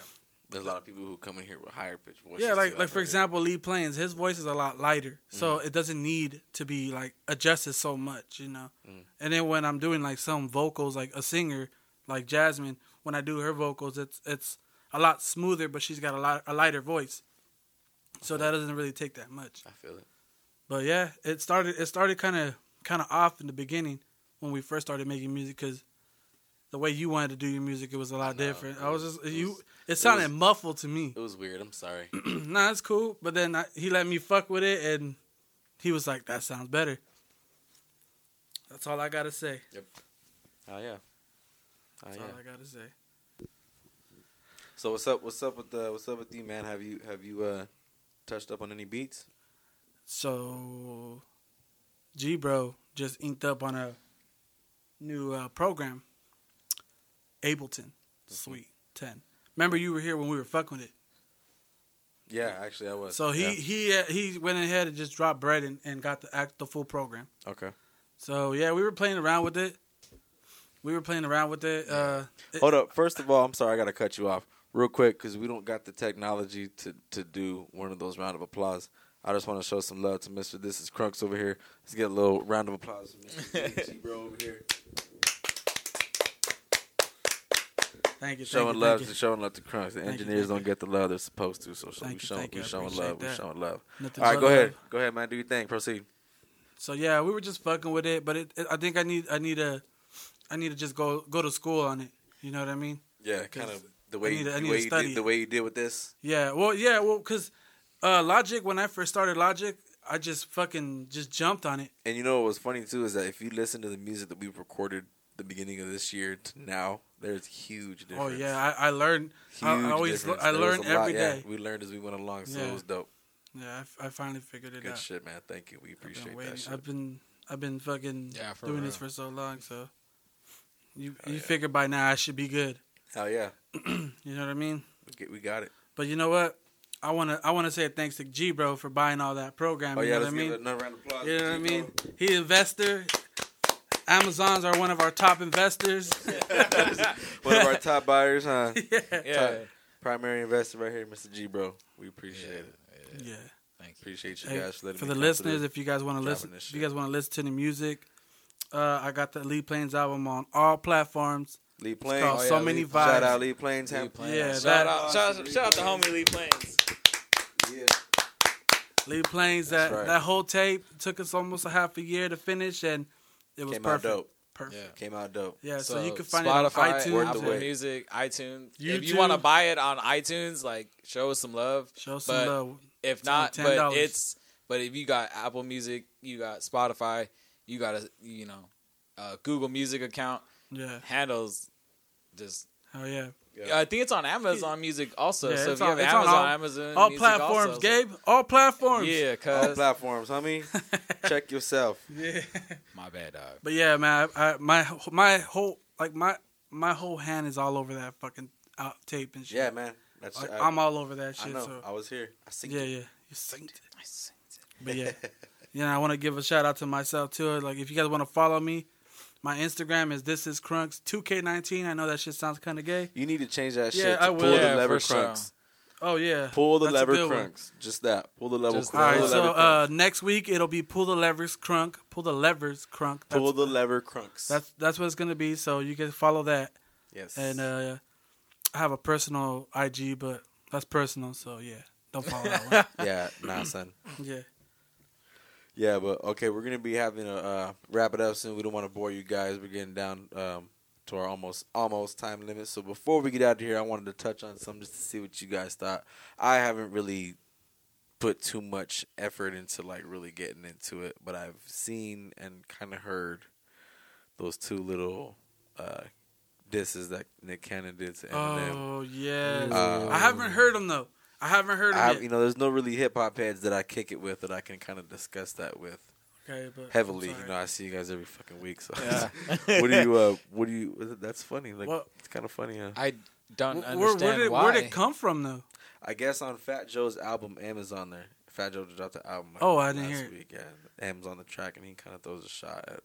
A: There's a lot of people who come in here with higher pitch voices.
B: yeah,
A: too,
B: like
A: I've
B: like for
A: heard.
B: example, Lee Plains, his voice is a lot lighter, so it doesn't need to be like adjusted so much. You know. And then when I'm doing like some vocals, like a singer, like Jasmine, when I do her vocals, it's it's a lot smoother, but she's got a lot a lighter voice, so that doesn't really take that much.
A: I feel it.
B: But yeah, it started. It started kind of kind of off in the beginning when we first started making music because the way you wanted to do your music, it was a lot
A: know.
B: different.
A: It
B: I was
A: was-
B: just
A: it
B: you.
A: was-
B: It sounded muffled to me.
A: It was weird. I'm sorry.
B: nah, it's cool. But then I, he let me fuck with it, and he was like, "That sounds better." That's all I gotta say.
A: Oh, yeah. Oh,
B: That's
A: yeah.
B: all I gotta say.
A: So what's up? What's up with the? What's up with you, man? Have you have you uh touched up on any beats?
B: So, G Bro just inked up on a new uh, program, Ableton Sweet 10. Remember, you were here when we were fucking with it.
A: Yeah, actually, I was.
B: So, he he uh, he went ahead and just dropped bread and, and got the, act, the full program.
A: okay.
B: So, yeah, we were playing around with it. We were playing around with it. Uh, it-
A: Hold up. First of all, I'm sorry I got to cut you off real quick because we don't got the technology to, to do one of those round of applause. I just want to show some love to Mr. This is Crunks over here. Let's get a little round of applause for Mr. G Bro over here.
B: thank you. Thank
A: Showing
B: you,
A: love
B: thank
A: to showing love to Crunks. The
B: Thank you,
A: engineers
B: thank
A: don't get the love they're supposed to, so show, we
B: Thank you,
A: showing
B: thank you.
A: we
B: I
A: showing
B: appreciate
A: love. We
B: that.
A: showing love.
B: you. Nothing
A: All right,
B: but
A: go
B: love.
A: ahead. Go ahead, man. Do your thing. Proceed.
B: So yeah, we were just fucking with it, but it, it, I think I need I need a I need to just go go to school on it. You know what I mean?
A: Yeah,
B: kind of
A: the
B: way- need to- I the need to way you did- study. the
A: way you did with this.
B: Yeah, well, yeah, well, because uh, Logic, when I first started Logic, I just fucking just jumped on it.
A: And you know what was funny too is that if you listen to the music that we've recorded the beginning of this year to now, there's huge difference.
B: Oh yeah, I, I learned. I- I,
A: Huge
B: always
A: difference.
B: I
A: There was
B: learn
A: a lot-
B: every
A: yeah,
B: day.
A: we learned as we went along, so
B: Yeah.
A: it was dope.
B: Yeah, I, f- I finally figured it
A: Good
B: out.
A: shit, man. Thank you. We
B: I've
A: appreciate
B: been
A: that
B: waiting.
A: shit.
B: I've been I've been fucking
C: Yeah, for
B: doing this
C: real.
B: for so long, so you
A: Hell
B: you
A: yeah.
B: figure by now I should be good.
A: Hell yeah,
B: You know what I mean?
A: we, get, we got it.
B: But you know what? I wanna I wanna say thanks to G Bro for buying all that program.
A: Oh
B: you
A: yeah,
B: know
A: let's
B: what I mean?
A: give it another round of applause.
B: You know
A: for
B: what I
A: Chico.
B: mean? He investor. Amazon's are one of our top investors.
A: One of our top buyers, huh?
B: yeah.
C: Yeah.
A: Primary investor right here, Mr. G, bro. We appreciate it.
B: Yeah.
C: Thank you.
A: Appreciate you
B: Hey,
A: guys for letting
B: for
A: me
B: the
A: come to this.
B: listeners, if you guys want to
A: dropping
B: listen,
A: this
B: if you
A: shit.
B: guys want to listen to the music, uh, I got the Lee Plains album on all platforms.
A: Lee Plains.
B: called
C: Oh, So yeah, Many Lee-
B: Vibes.
A: Shout out Lee Plains.
C: Lee
A: Ham-
C: Plains.
B: Yeah,
C: shout
B: that-
C: out, shout, out- shout out the homie Lee Plains.
A: Yeah.
B: Lee Plains,
A: That's
B: that
A: right.
B: that whole tape took us almost a half a year to finish, and it was
A: Came out
B: perfect.
A: dope.
B: Perfect.
A: Came out dope.
B: Yeah. so, you can find
C: Spotify,
B: it on
A: Word the
C: Apple
A: Way.
B: iTunes.
C: Music, iTunes. If
B: YouTube.
C: you want to buy it on iTunes, like show us some love.
B: Show some
C: But-
B: love.
C: If
B: only
C: not,
B: $10.
C: but it's but if you got Apple Music, you got Spotify, you got a you know a Google Music account
B: Yeah.
C: handles just.
B: Oh yeah.
C: I think it's on Amazon Music also.
B: Yeah,
C: so
B: it's
C: if you
B: on-
C: have
B: it's on
C: Amazon,
B: all-
C: Amazon,
B: All
C: Music
B: platforms,
C: also.
B: Gabe. All platforms.
C: Yeah,
A: All
C: cause
A: platforms, homie. Check yourself.
B: yeah.
C: my bad dog.
B: But yeah, man, I, I, my my whole like my my whole hand is all over that fucking out tape and shit.
A: Yeah, man. That's
B: Like,
A: I,
B: I'm all over that
A: uh, I
B: shit.
A: know.
B: so
A: I was here. I see.
B: yeah, yeah, you synced it.
C: Nice.
B: But yeah, you know, I want to give a shout out to myself too. Like, if you guys want to follow me, my Instagram is this is crunks two K nineteen. I know that shit sounds kind of gay.
A: You need to change that
B: Yeah,
A: shit. To
B: I
A: Pull
B: will.
A: the
C: Yeah,
A: lever
C: for sure.
A: crunks.
B: Oh yeah,
A: Pull the
B: That's a
A: lever
B: good one.
A: crunks. Just that. Pull the lever.
C: Just
A: Pull
B: All right,
A: the
B: so
A: lever
B: uh,
A: crunks.
B: next week it'll be pull the levers crunk, pull the levers crunk. That's,
A: Pull the lever crunks.
B: that's that's what it's gonna be. So you can follow that,
A: yes.
B: and uh, I have a personal IG, but that's personal. So yeah, don't follow that
A: yeah, nah, son.
B: one. Yeah,
A: Yeah, but okay, we're gonna be having a uh, wrap it up soon. We don't want to bore you guys. We're getting down um, to our almost almost time limit. So before we get out of here, I wanted to touch on some just to see what you guys thought. I haven't really put too much effort into like really getting into it, but I've seen and kind of heard those two little uh, disses that Nick Cannon did to Eminem.
B: oh yeah.
A: Uh,
B: I haven't heard them though. I haven't heard
A: I
B: them
A: have,
B: yet.
A: you know, there's no really hip hop heads that I kick it with that I can kind of discuss that with.
B: okay, but I'm
A: heavily.
B: sorry.
A: You know, I see you guys every fucking week. So,
C: Yeah.
A: what do you? Uh, what do you? That's funny. Like,
B: Well-
A: it's kind of funny, huh?
C: I don't
B: Wh-
C: understand
B: where, where, did,
C: why.
B: where did it come from though?
A: I guess on Fat Joe's album, Amazon, there. Fat Joe dropped the album. like,
B: Oh, I didn't
A: last
B: hear it.
A: Week, yeah, Amazon the track, and he kind of throws a shot at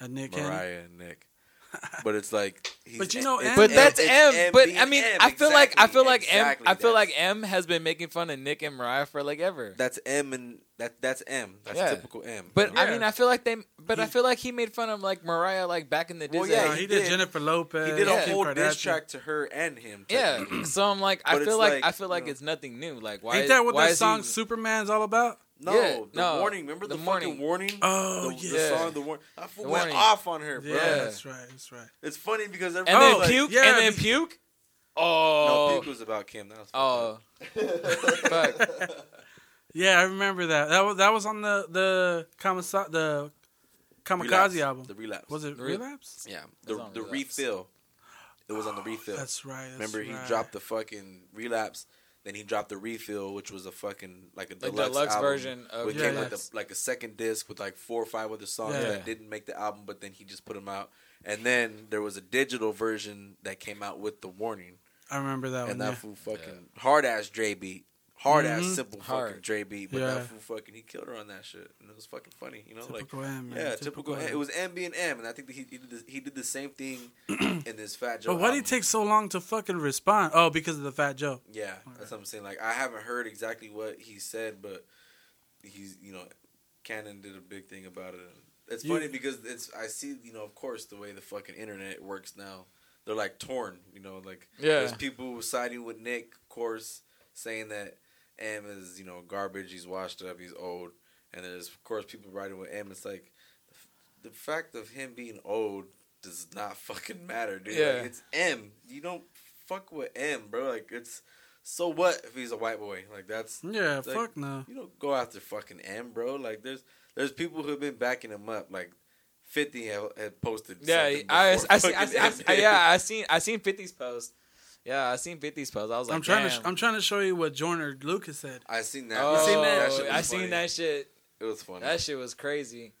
B: A uh, Nick Cannon?
A: Mariah and Nick. But it's like, he's,
B: But you know,
A: it's
B: M-
C: But
B: Yeah,
C: that's
A: it's
C: M. But
A: being
C: I mean,
A: M,
C: I feel like I
A: exactly,
C: feel like
A: exactly,
C: M. I feel
A: that's-
C: like M has been making fun of Nick and Mariah for like ever.
A: that's M and that that's M. That's
C: Yeah.
A: typical M.
C: But I
B: Yeah.
C: mean, I feel like they. But I
B: He-
C: feel like he made fun of like Mariah like back in the day.
A: Well,
B: Yeah,
A: Yeah,
B: Uh, he,
A: he
B: did,
A: did.
B: Jennifer Lopez.
A: he did a
C: Yeah.
A: whole
B: Kim
A: diss
B: Kardashian.
A: track to her and him.
C: Yeah.
A: technically.
C: so I'm like, I
A: But
C: feel
A: it's
C: like,
A: like,
C: I feel like
A: you know.
C: it's nothing new. Like why?
B: Ain't that what
C: why
B: that
C: is
B: song
C: he-
B: Superman's all about?
A: No,
C: Yeah,
A: the
C: no,
A: warning. Remember the,
C: the
A: fucking
C: warning.
A: warning?
B: Oh,
A: the,
B: yeah.
A: the song, the warning. I went
C: warning.
A: off on her, bro.
B: Yeah,
C: Yeah.
B: that's right. That's right.
A: It's funny because everybody
C: and then
B: Oh,
A: like,
C: puke.
B: yeah,
C: and then
B: he-
C: puke.
A: No,
C: Oh.
A: puke was about Kim. That was
C: oh. Fuck.
B: Yeah, I remember that. That was that was on the the Kamasa- the Kamikaze
A: Relapse.
B: album.
A: The relapse.
B: Was it
C: Re-
B: relapse?
A: Yeah, the
C: That's on
A: the
C: Relapse. Oh,
A: refill. It was on the refill.
B: That's right. That's
A: Remember, he
B: right.
A: dropped the fucking relapse. Then he dropped the refill, which was a fucking like a
C: Like
A: deluxe,
C: the deluxe
A: album.
C: version of
A: Which
B: Yeah,
A: came
B: yeah.
A: like, the, like a second disc with like four or five other songs
B: Yeah.
A: that didn't make the album, but then he just put them out. And then there was a digital version that came out with the warning.
B: I remember that one.
A: and that
B: yeah.
A: fool fucking hard ass Dre beat, hard ass
B: Mhm.
A: simple fucking
C: Hard.
A: Dre beat, but
B: Yeah.
A: that fool fucking he killed her on that shit, and it was fucking funny, you know,
B: typical M.
A: like
B: man,
A: yeah, typical.
B: M.
A: It was M being M, and I think that he, he did this, he did the same thing in this Fat Joe.
B: But why did he
A: album.
B: take so long to fucking respond? Oh, because of the Fat Joe.
A: Yeah, that's what I'm saying. Like I haven't heard exactly what he said, but he's you know, Cannon did a big thing about it. It's
B: You-
A: funny because it's I see you know of course the way the fucking internet works now. They're like torn, you know, like There's
C: Yeah.
A: people siding with Nick, of course, saying that M is, you know, garbage. He's washed up. He's old. And there's, of course, people riding with M. It's like the fact of him being old does not fucking matter, dude. Like,
C: Yeah.
A: it's M. You don't fuck with M, bro. Like, it's so what if he's a white boy? Like, that's
B: Yeah,
A: Like-
B: fuck no.
A: you don't go after fucking M, bro. Like there's there's people who have been backing him up. Like Fifty had, had posted.
C: Yeah.
A: something
C: I
A: before
C: I see, I
A: fucking
C: see, I
A: M
C: see,
A: did.
C: yeah. I seen I seen 50's post. Yeah, I seen 50's post. I was like,
B: I'm trying
C: damn.
B: to I'm trying to show you what Joyner Lucas said.
A: I seen that.
C: Oh,
B: seen that?
A: shit was funny.
C: I seen that shit.
A: It was funny.
C: That shit was crazy.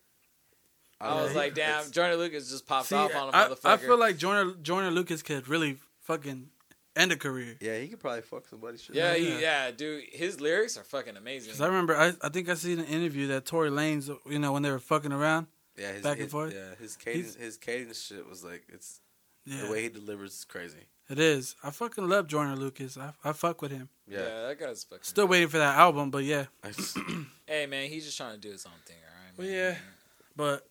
C: I
B: Yeah,
C: was
B: he-
C: like, damn,
A: it's-
C: Jordan Lucas just popped
B: See,
C: off on a
B: I,
C: motherfucker.
B: I feel like Joyner Joyner Lucas could really fucking end a career.
A: Yeah, he could probably fuck somebody. shit.
C: yeah,
B: Yeah.
C: he, yeah, dude, his lyrics are fucking amazing.
B: Cause I remember I, I think I seen an interview that Tory Lanez you know when they were fucking around.
A: yeah, his,
B: Back and
A: his-
B: forth.
A: Yeah, his cadence, his cadence shit was like it's
B: Yeah,
A: the way he delivers is crazy.
B: it is. I fucking love Joyner Lucas. I I fuck with him.
C: Yeah,
A: Yeah,
C: that guy's fucking.
B: Still waiting for that album, but yeah,
A: I just-
C: hey man, he's just trying to do his own thing, all right?
B: Well,
C: man?
B: but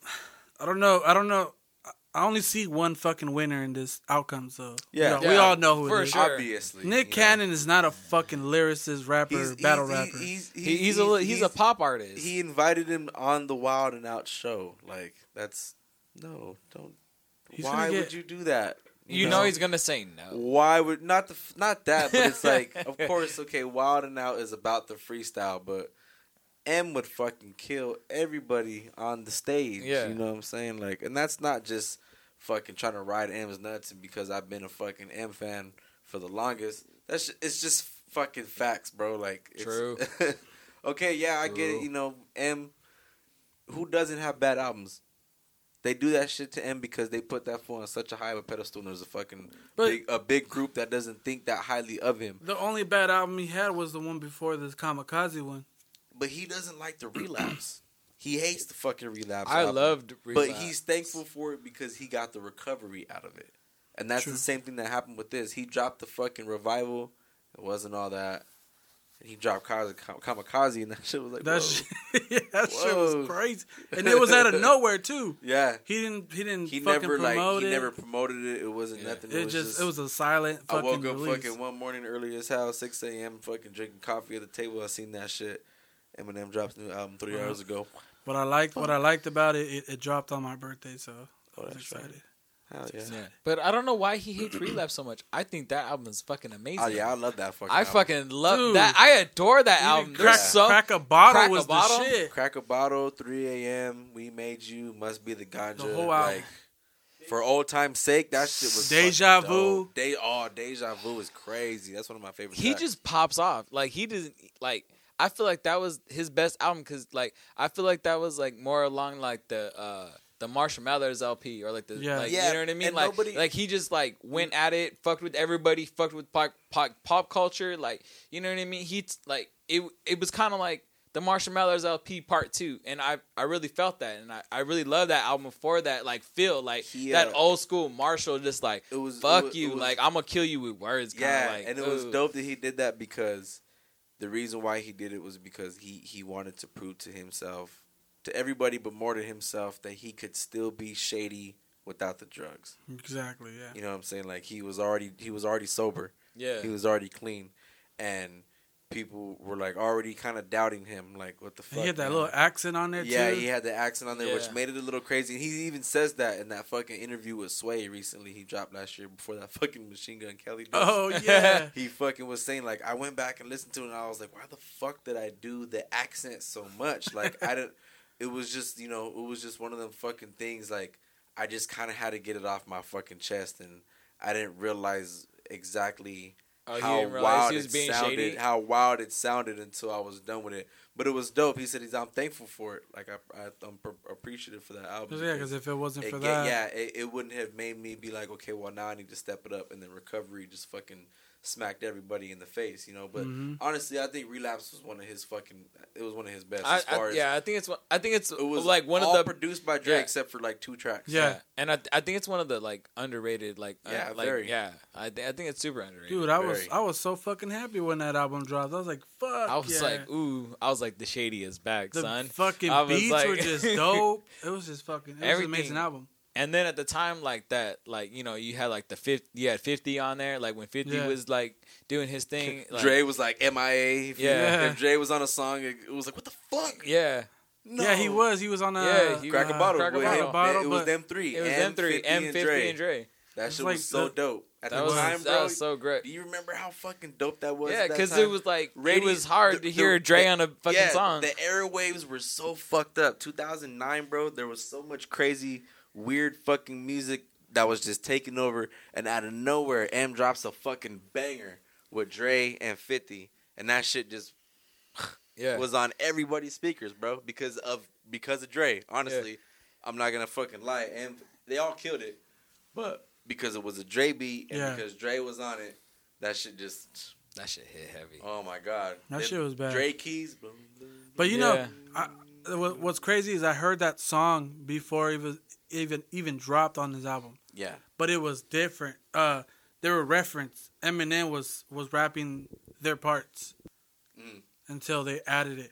B: I don't know. I don't know. I- I only see one fucking winner in this outcome. So we
A: Yeah.
B: all- we all,
C: Yeah,
B: know who
C: for
B: it is.
C: sure.
A: obviously
B: Nick
A: you know.
B: Cannon is not a fucking lyricist, rapper, battle rapper.
A: He's,
C: He- he's, a li- he's, a pop artist.
A: He invited him on the Wild and Out show. Like that's no, don't.
B: He's gonna
A: why
B: get-
A: would you do that?
C: you know,
B: No.
C: he's gonna say no.
A: why would not the f- not that, but it's like of course okay, Wild and Out is about the freestyle, but M would fucking kill everybody on the stage.
C: Yeah.
A: you know what I'm saying? Like, and that's not just fucking trying to ride M's nuts, and because I've been a fucking M fan for the longest, that's ju- it's just fucking facts, bro. Like, it's,
C: True.
A: okay, yeah, I get it.
C: True.
A: You know, M. Who doesn't have bad albums? They do that shit to M because they put that fool on such a high of a pedestal. And there's a fucking
B: But-
A: big, a big group that doesn't think that highly of him.
B: the only bad album he had was the one before this Kamikaze one.
A: But he doesn't like the relapse. he hates the fucking relapse.
C: I
A: album.
C: loved,
A: But
C: Relapse.
A: he's thankful for it because he got the recovery out of it. And that's
B: True.
A: the same thing that happened with this. He dropped the fucking revival. It wasn't all that. And he dropped Kazi- Kamikaze, and that shit was like,
B: That
A: whoa.
B: shit, yeah, that shit was
A: Whoa.
B: crazy, and it was out of nowhere too.
A: yeah.
B: He didn't he didn't
A: He
B: fucking
A: never like
B: promote
A: he
B: it.
A: never promoted it. It wasn't
C: Yeah.
A: nothing.
B: it, just, it was a silent
A: I
B: fucking
A: woke up
B: release.
A: fucking one morning early as hell, six a.m. Fucking drinking coffee at the table. I seen that shit. Eminem drops new album 3
B: Wow.
A: hours ago.
B: What I liked what I liked about it, it, it dropped on my birthday, so I
A: Oh,
B: was
A: that's right.
B: excited.
A: Hell yeah. Oh,
C: Yeah. But I don't know why he hates Relapse so much. I think that album is fucking amazing.
A: Oh yeah, I love that fucking.
C: I
A: album.
C: fucking love
B: Dude.
C: that. I adore that
B: Even
C: album.
B: Crack,
C: There's so
B: crack a bottle
C: Crack a
B: was
C: Bottle?
B: the shit.
A: crack a bottle. Three a.m. We made you must be the ganja.
B: The whole
A: like,
B: album.
A: for old time's sake, that shit was
B: Deja
A: fucking
B: Vu.
A: dope. Day all deja vu is crazy. That's one of my favorite.
C: he
A: tracks.
C: just pops off. Like he doesn't like. I feel like that was his best album because like I feel like that was like more along like the uh the Marshall Mathers LP or like the
B: Yeah.
C: like,
A: Yeah,
C: you know what I mean
A: and
C: like
A: nobody- Mm.
C: like he just like went at it fucked with everybody fucked with pop pop, pop culture like you know what I mean he t- like it it was kind of like the Marshall Mathers LP part two and I I really felt that and I I really love that album for that like feel like
A: He,
C: that
A: uh,
C: old school Marshall just like
A: It was- it
C: fuck
A: was- it
C: you
A: was-
C: like I'm gonna kill you with words kinda
A: yeah,
C: like,
A: and it was
C: ooh.
A: dope that he did that because the reason why he did it was because he he wanted to prove to himself, to everybody, but more to himself, that he could still be shady without the drugs.
B: Exactly, yeah.
A: You know what I'm saying? Like he was already he was already sober.
C: yeah
A: He was already clean, and people were like already kind of doubting him. Like what the fuck?
B: he had that
A: man?
B: little accent on there
A: Yeah,
B: too.
A: he had the accent on there, which
C: Yeah.
A: made it a little crazy. And he even says that in that fucking interview with Sway recently. He dropped last year before that fucking Machine Gun Kelly. diss.
B: Oh yeah.
A: He fucking was saying like I went back and listened to it and I was like, why the fuck did I do the accent so much? Like I didn't. It was just you know it was just one of them fucking things. Like I just kind of had to get it off my fucking chest and I didn't realize exactly
C: Oh, he
A: how
C: didn't realize
A: wild
C: he was
A: it
C: being
A: sounded.
C: shady.
A: How wild it sounded until I was done with it. But it was dope. He said he's I'm thankful for it. Like I, I I'm pr- appreciative for that album.
B: Cause, yeah, because if it wasn't
A: It
B: for
A: ga-
B: that,
A: yeah, it, it wouldn't have made me be like, okay, well now I need to step it up, and then recovery just fucking smacked everybody in the face, you know. But
C: Mm-hmm.
B: Mhm.
A: honestly, I think relapse was one of his fucking. It was one of his best.
C: I,
A: as far
C: I,
A: as
C: yeah, I think it's one. I think it's
A: it was
C: like one of
A: all
C: the
A: produced by Dre
C: yeah.
A: except for like two tracks.
B: Yeah.
C: and I, I think it's one of the like underrated like un-
A: Yeah,
C: like
A: very.
C: yeah. I, th- I think it's super underrated.
B: dude, I was
A: Very.
B: I was so fucking happy when that album dropped. I was like, fuck.
C: I was
B: yeah.
C: like, ooh, I was like, the shady is back,
B: the
C: son.
B: fucking
C: I was
B: beats
C: like-
B: were just dope. It was just fucking. It was an
C: Everything.
B: amazing album.
C: And then at the time, like that, like you know, you had like the fifth, you had fifty on there, like when fifty
B: Yeah.
C: was like doing his thing. Like,
A: Dre was like MIA. If you-
C: Yeah.
A: if Dre was on a song, it, it was like, what the fuck?
C: Yeah,
A: No.
B: Yeah, he was. He was on a
C: Yeah, he-
A: Crack a
B: uh,
A: bottle.
C: Crack a
A: boy.
C: Bottle.
A: It-
B: Bottle,
A: It was
B: but
A: them three.
C: it was them three, and fifty and Dre.
A: That
B: It's
A: shit
B: like
A: was so
B: the-
A: dope. At
C: That
A: the
C: was
A: time,
C: that
A: bro,
C: was so great.
A: do you remember how fucking dope that was?
C: yeah,
A: because
C: because it was like it was hard to hear Dre on a fucking
A: yeah,
C: song.
A: The airwaves were so fucked up. 2009, bro. There was so much crazy, weird fucking music that was just taking over, and out of nowhere, M drops a fucking banger with Dre and Fifty, and that shit just
C: Yeah.
A: was on everybody's speakers, bro, because of because of Dre. Honestly, I'm not gonna fucking lie, and they all killed it, but because it was a Dre beat and
B: Yeah.
A: because Dre was on it, that shit just
C: that shit hit heavy.
A: oh my god,
B: That
A: Them
B: shit was bad.
A: Dre keys, boom, boom.
B: But you
C: Yeah.
B: know, I, what, what's crazy is I heard that song before it was even even dropped on his album,
A: yeah,
B: but it was different. Uh, there were reference. Eminem was was rapping their parts
A: Mm.
B: until they added it.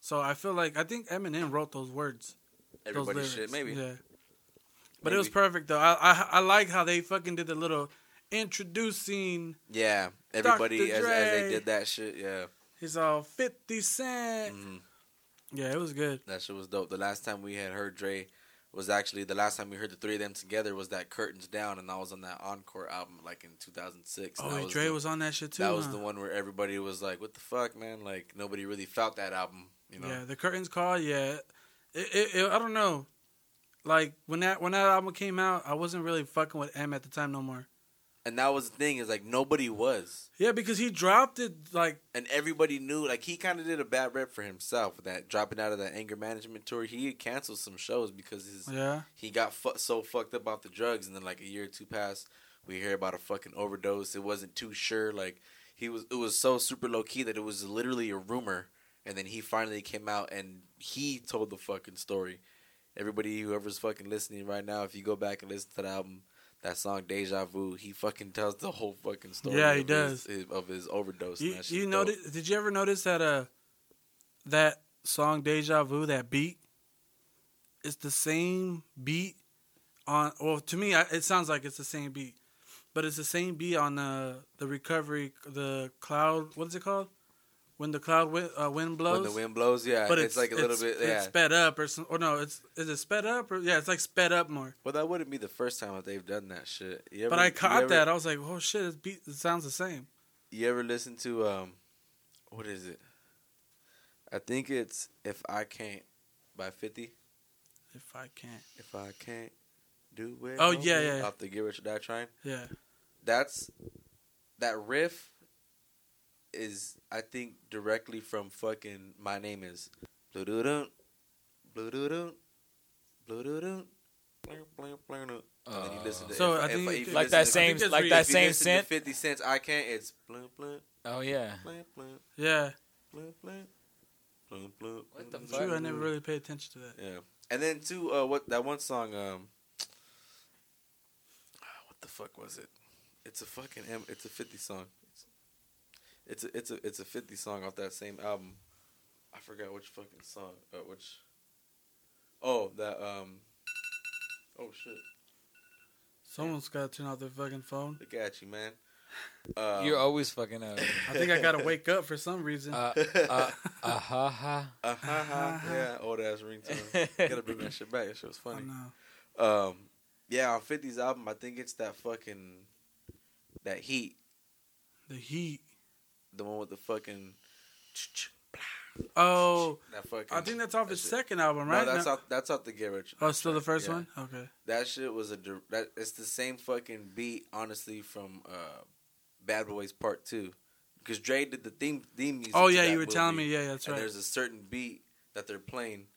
B: So I feel like I think Eminem wrote those words. those
A: everybody
B: lyrics.
A: shit maybe.
B: Yeah. But it was
A: Maybe.
B: perfect though. I I, I like how they fucking did the little introducing.
A: Yeah, everybody
B: Dr.
A: as, as they
B: Dre.
A: did that shit. Yeah,
B: He's all Fifty Cent.
A: Mhm.
B: Yeah, it was good.
A: that shit was dope. The last time we had heard Dre was actually the last time we heard the three of them together was that Curtains Down, and that was on that Encore album, like in 2006.
B: Oh,
A: that
B: wait,
A: was
B: Dre
A: the,
B: was on that shit too.
A: that was
B: huh?
A: the one where everybody was like, "What the fuck, man!" Like nobody really felt that album, you know.
B: Yeah, the curtains call. Yeah, it, it, it, I don't know. Like when that when that album came out, I wasn't really fucking with M at the time no more.
A: And that was the thing is like nobody was,
B: Yeah, because he dropped it like
A: and everybody knew. Like he kind of did a bad rep for himself with that dropping out of that anger management tour. He had canceled some shows because his
B: yeah
A: he got fu- so fucked up off the drugs, and then like a year or two passed, we hear about a fucking overdose. It wasn't too sure. Like he was, it was so super low key that it was literally a rumor. And then he finally came out and he told the fucking story. Everybody, whoever's fucking listening right now, if you go back and listen to the album, that song "Deja Vu," he fucking tells the whole fucking story.
B: Yeah, he
A: of his-
B: does.
A: His, of his overdose.
B: you,
A: and that
B: you
A: shit's dope.
B: notice did you ever notice that uh that song deja vu that beat it's the same beat on well to me I, it sounds like it's the same beat but it's the same beat on uh, the recovery the cloud what is it called when the cloud wind, uh, wind blows
A: when the wind blows, yeah,
B: but
A: it's, like a little
B: it's-
A: bit,
B: it's
A: yeah.
B: sped up or some, or no, it's is it sped up or yeah, it's like sped up more.
A: well, that wouldn't be the first time that they've done that shit. You
B: But
A: ever-
B: I
A: you
B: caught
A: ever-
B: that. I was like, oh shit, this beat it sounds the same.
A: you ever listen to um what is it i think it's if i can't by 50
B: If I can't,
A: if i can't do it no
B: Oh, yeah,
A: way,
B: yeah, yeah.
A: off the get rich or die trying
B: yeah,
A: that's that riff is i think directly from fucking my name is blue doo doo blue doo doo blue doo doo and then you listen to
B: So
A: if-
B: I
A: if-
B: think
A: if
B: it-
A: you listen
C: like that
A: to-
C: same,
B: think it's
C: like
B: re-
A: if
C: that
A: you
C: same
A: listen to
C: synth.
A: 50 cents i can't it's blum, blum,
C: Oh yeah.
A: blum, blum.
B: yeah.
A: What
C: What the fuck?
B: True, I never really paid attention to that.
A: Yeah, and then too, uh, what that one song? Um, ah, what the fuck was it? It's a fucking M. It's a Fifty song. It's a it's a it's a Fifty song off that same album. I forgot which fucking song. Uh, which? Oh, that um. Oh shit!
B: Someone's got to turn off their fucking phone.
A: Look at you, man. Um,
C: You're always fucking up.
B: I think I gotta wake up for some reason.
A: Ah,
C: Uh, uh, uh, ha, ha.
A: Uh, ha, ha, yeah, old ass ringtone. Gotta bring that shit back. That shit was
B: I
A: funny.
B: know.
A: Um, yeah, on 50's album, I think it's that fucking that heat,
B: The heat.
A: the one with the fucking
B: Oh,
A: that fucking.
B: I think that's off
A: that
B: his
A: shit.
B: second album,
A: No,
B: right?
A: that's
B: No-
A: off. That's off the Get Rich.
B: Oh, still the first
A: Yeah.
B: one. Okay.
A: That shit was a. dir- That it's the same fucking beat, honestly, from uh, Bad Boys Part Two, because Dre did the theme theme music.
B: Oh
A: to
B: yeah,
A: that
B: you were telling
A: movie.
B: me. Yeah, that's
A: and
B: right.
A: there's a certain beat that they're playing.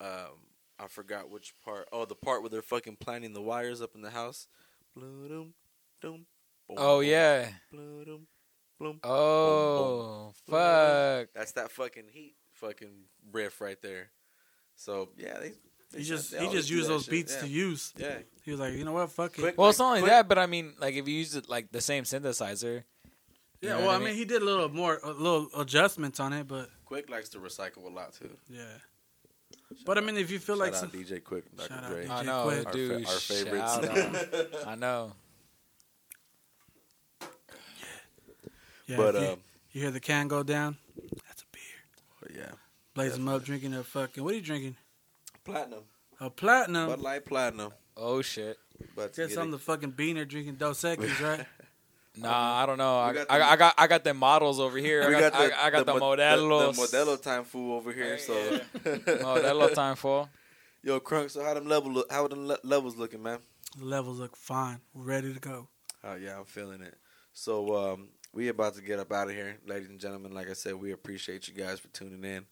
A: Um, I forgot which part. Oh, the part where they're fucking planting the wires up in the house. Bloom, doom, boom,
C: Oh
A: boom,
C: yeah.
A: bloom, bloom.
C: Oh fuck.
A: That's that fucking heat fucking riff right there. So yeah, they, they
B: He
A: shot-
B: just
A: they
B: he
A: always
B: just
A: do
B: used
A: that
B: those
A: shit.
B: beats
A: yeah.
B: to use.
A: Yeah,
B: He was like, you know what, fuck it.
A: Quick-
C: Well, it's not
A: like,
C: only
A: put-
C: that, but I mean, like if you use it like the same synthesizer. You
B: Yeah,
C: know
B: well,
C: what
B: I mean, he did a little more, a little adjustments on it, but
A: Quick likes to recycle a lot too.
B: yeah. But I mean, if you feel
A: Shout
B: like
A: out
B: some-
A: DJ Quick, Dr.
B: Shout out
A: Dre.
B: DJ
C: I know,
B: Quick.
A: Our,
C: dude.
A: fa- our
C: shout out.
A: favorites.
C: I know.
B: yeah,
A: but
B: if
A: um,
B: you, you hear the can go down, that's a beer.
A: yeah,
B: Blaze him up, drinking a fucking. What are you drinking?
A: platinum,
B: A
A: Bud
B: platinum.
A: Light Platinum.
C: Oh shit.
A: But to
B: Guess
A: get
B: I'm
A: it-
B: the fucking beaner drinking Dos Equis, right?
C: Nah, I don't know. I,
A: We got
C: I,
A: the-
C: I got I got the models over here. I
A: We
C: got,
A: the-
C: I, I got the,
A: mo-
C: modelos.
A: The, the Modelo time fool over here.
C: Hey,
A: So,
C: modelo time for.
A: yo, Crunk. So how them level? Look, how them le- levels looking, man?
B: The levels look fine. We're ready to go.
A: Uh, yeah, I'm feeling it. So um, we about to get up out of here, ladies and gentlemen. Like I said, we appreciate you guys for tuning in.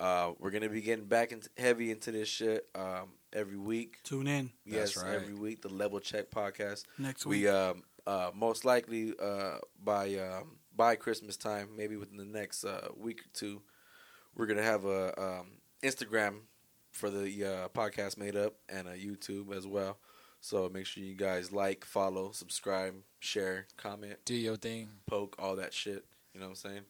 A: Uh, we're gonna be getting back into heavy into this shit um, every week.
B: Tune in
A: Yes,
C: That's right.
A: every week the Level Check podcast.
B: next week.
A: We um, uh, most likely uh, by um, by Christmas time, maybe within the next uh, week or two, we're gonna have a um, Instagram for the uh, podcast made up and a YouTube as well. So make sure you guys like, follow, subscribe, share, comment,
C: Do your thing.
A: poke, all that shit. You know what I'm saying?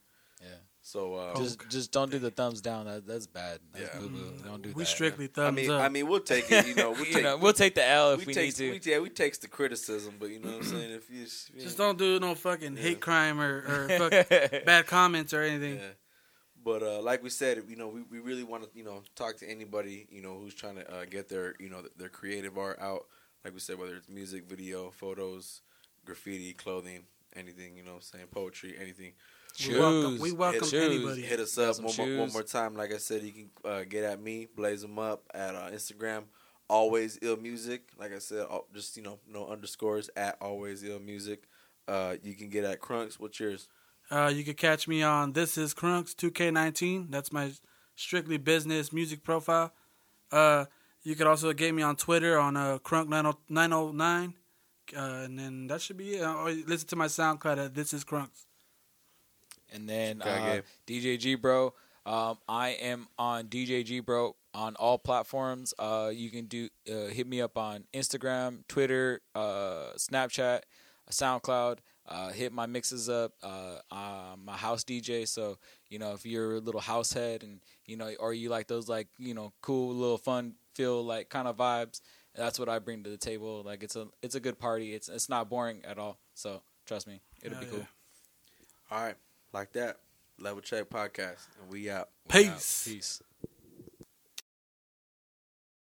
C: Yeah.
A: So um,
C: Just just don't do the thumbs down. That, that's bad. That's
A: Yeah.
C: boo boo.
B: Mm,
C: Don't do that.
B: we strictly
A: uh, I
B: thumbs
A: mean,
B: up.
A: I mean, we'll take it. You know, we'll
C: You
A: take.
C: know, we'll take the L if we, need
A: takes,
C: to.
A: we- yeah, we takes the criticism, but you know what I'm saying. If you if you
B: Just
A: ain't-
B: don't do no fucking
A: Yeah.
B: hate crime or, or fuck bad comments or anything.
A: Yeah. But uh, like we said, you know, we, we really want to you know talk to anybody you know who's trying to uh, get their you know their creative art out. Like we said, whether it's music, video, photos, graffiti, clothing, anything. You know, what I'm saying poetry, anything.
B: We welcome,
C: Choose.
B: we welcome
A: Choose.
B: anybody.
A: Hit us up
C: Some
A: one more, one
C: shoes.
A: more time. Like I said, you can uh, get at me, blaze them up at uh, Instagram. Always ill music. Like I said, all, just you know, no underscores at always ill music. Uh, you can get at Crunks. What's yours?
B: Uh, you can catch me on This Is Crunks 2K19. That's my strictly business music profile. Uh, you could also get me on Twitter on uh, Crunk909. Uh, and then that should be it. Uh, Or you listen to my SoundCloud at This Is Crunks.
C: And then
A: Okay.
C: uh, DJG Bro. Um, I am on DJG Bro on all platforms. Uh, you can do uh, hit me up on Instagram, Twitter, uh, Snapchat, SoundCloud. Uh, hit my mixes up. Uh, I'm a house DJ, so you know if you're a little house head and you know, or you like those like you know cool little fun feel like kind of vibes. That's what I bring to the table. Like it's a it's a good party. It's it's not boring at all. So trust me, it'll
B: Hell
C: be cool.
B: yeah.
A: All right, like that. Level Check Podcast, and we out.
C: We out.
B: Peace.
C: Peace.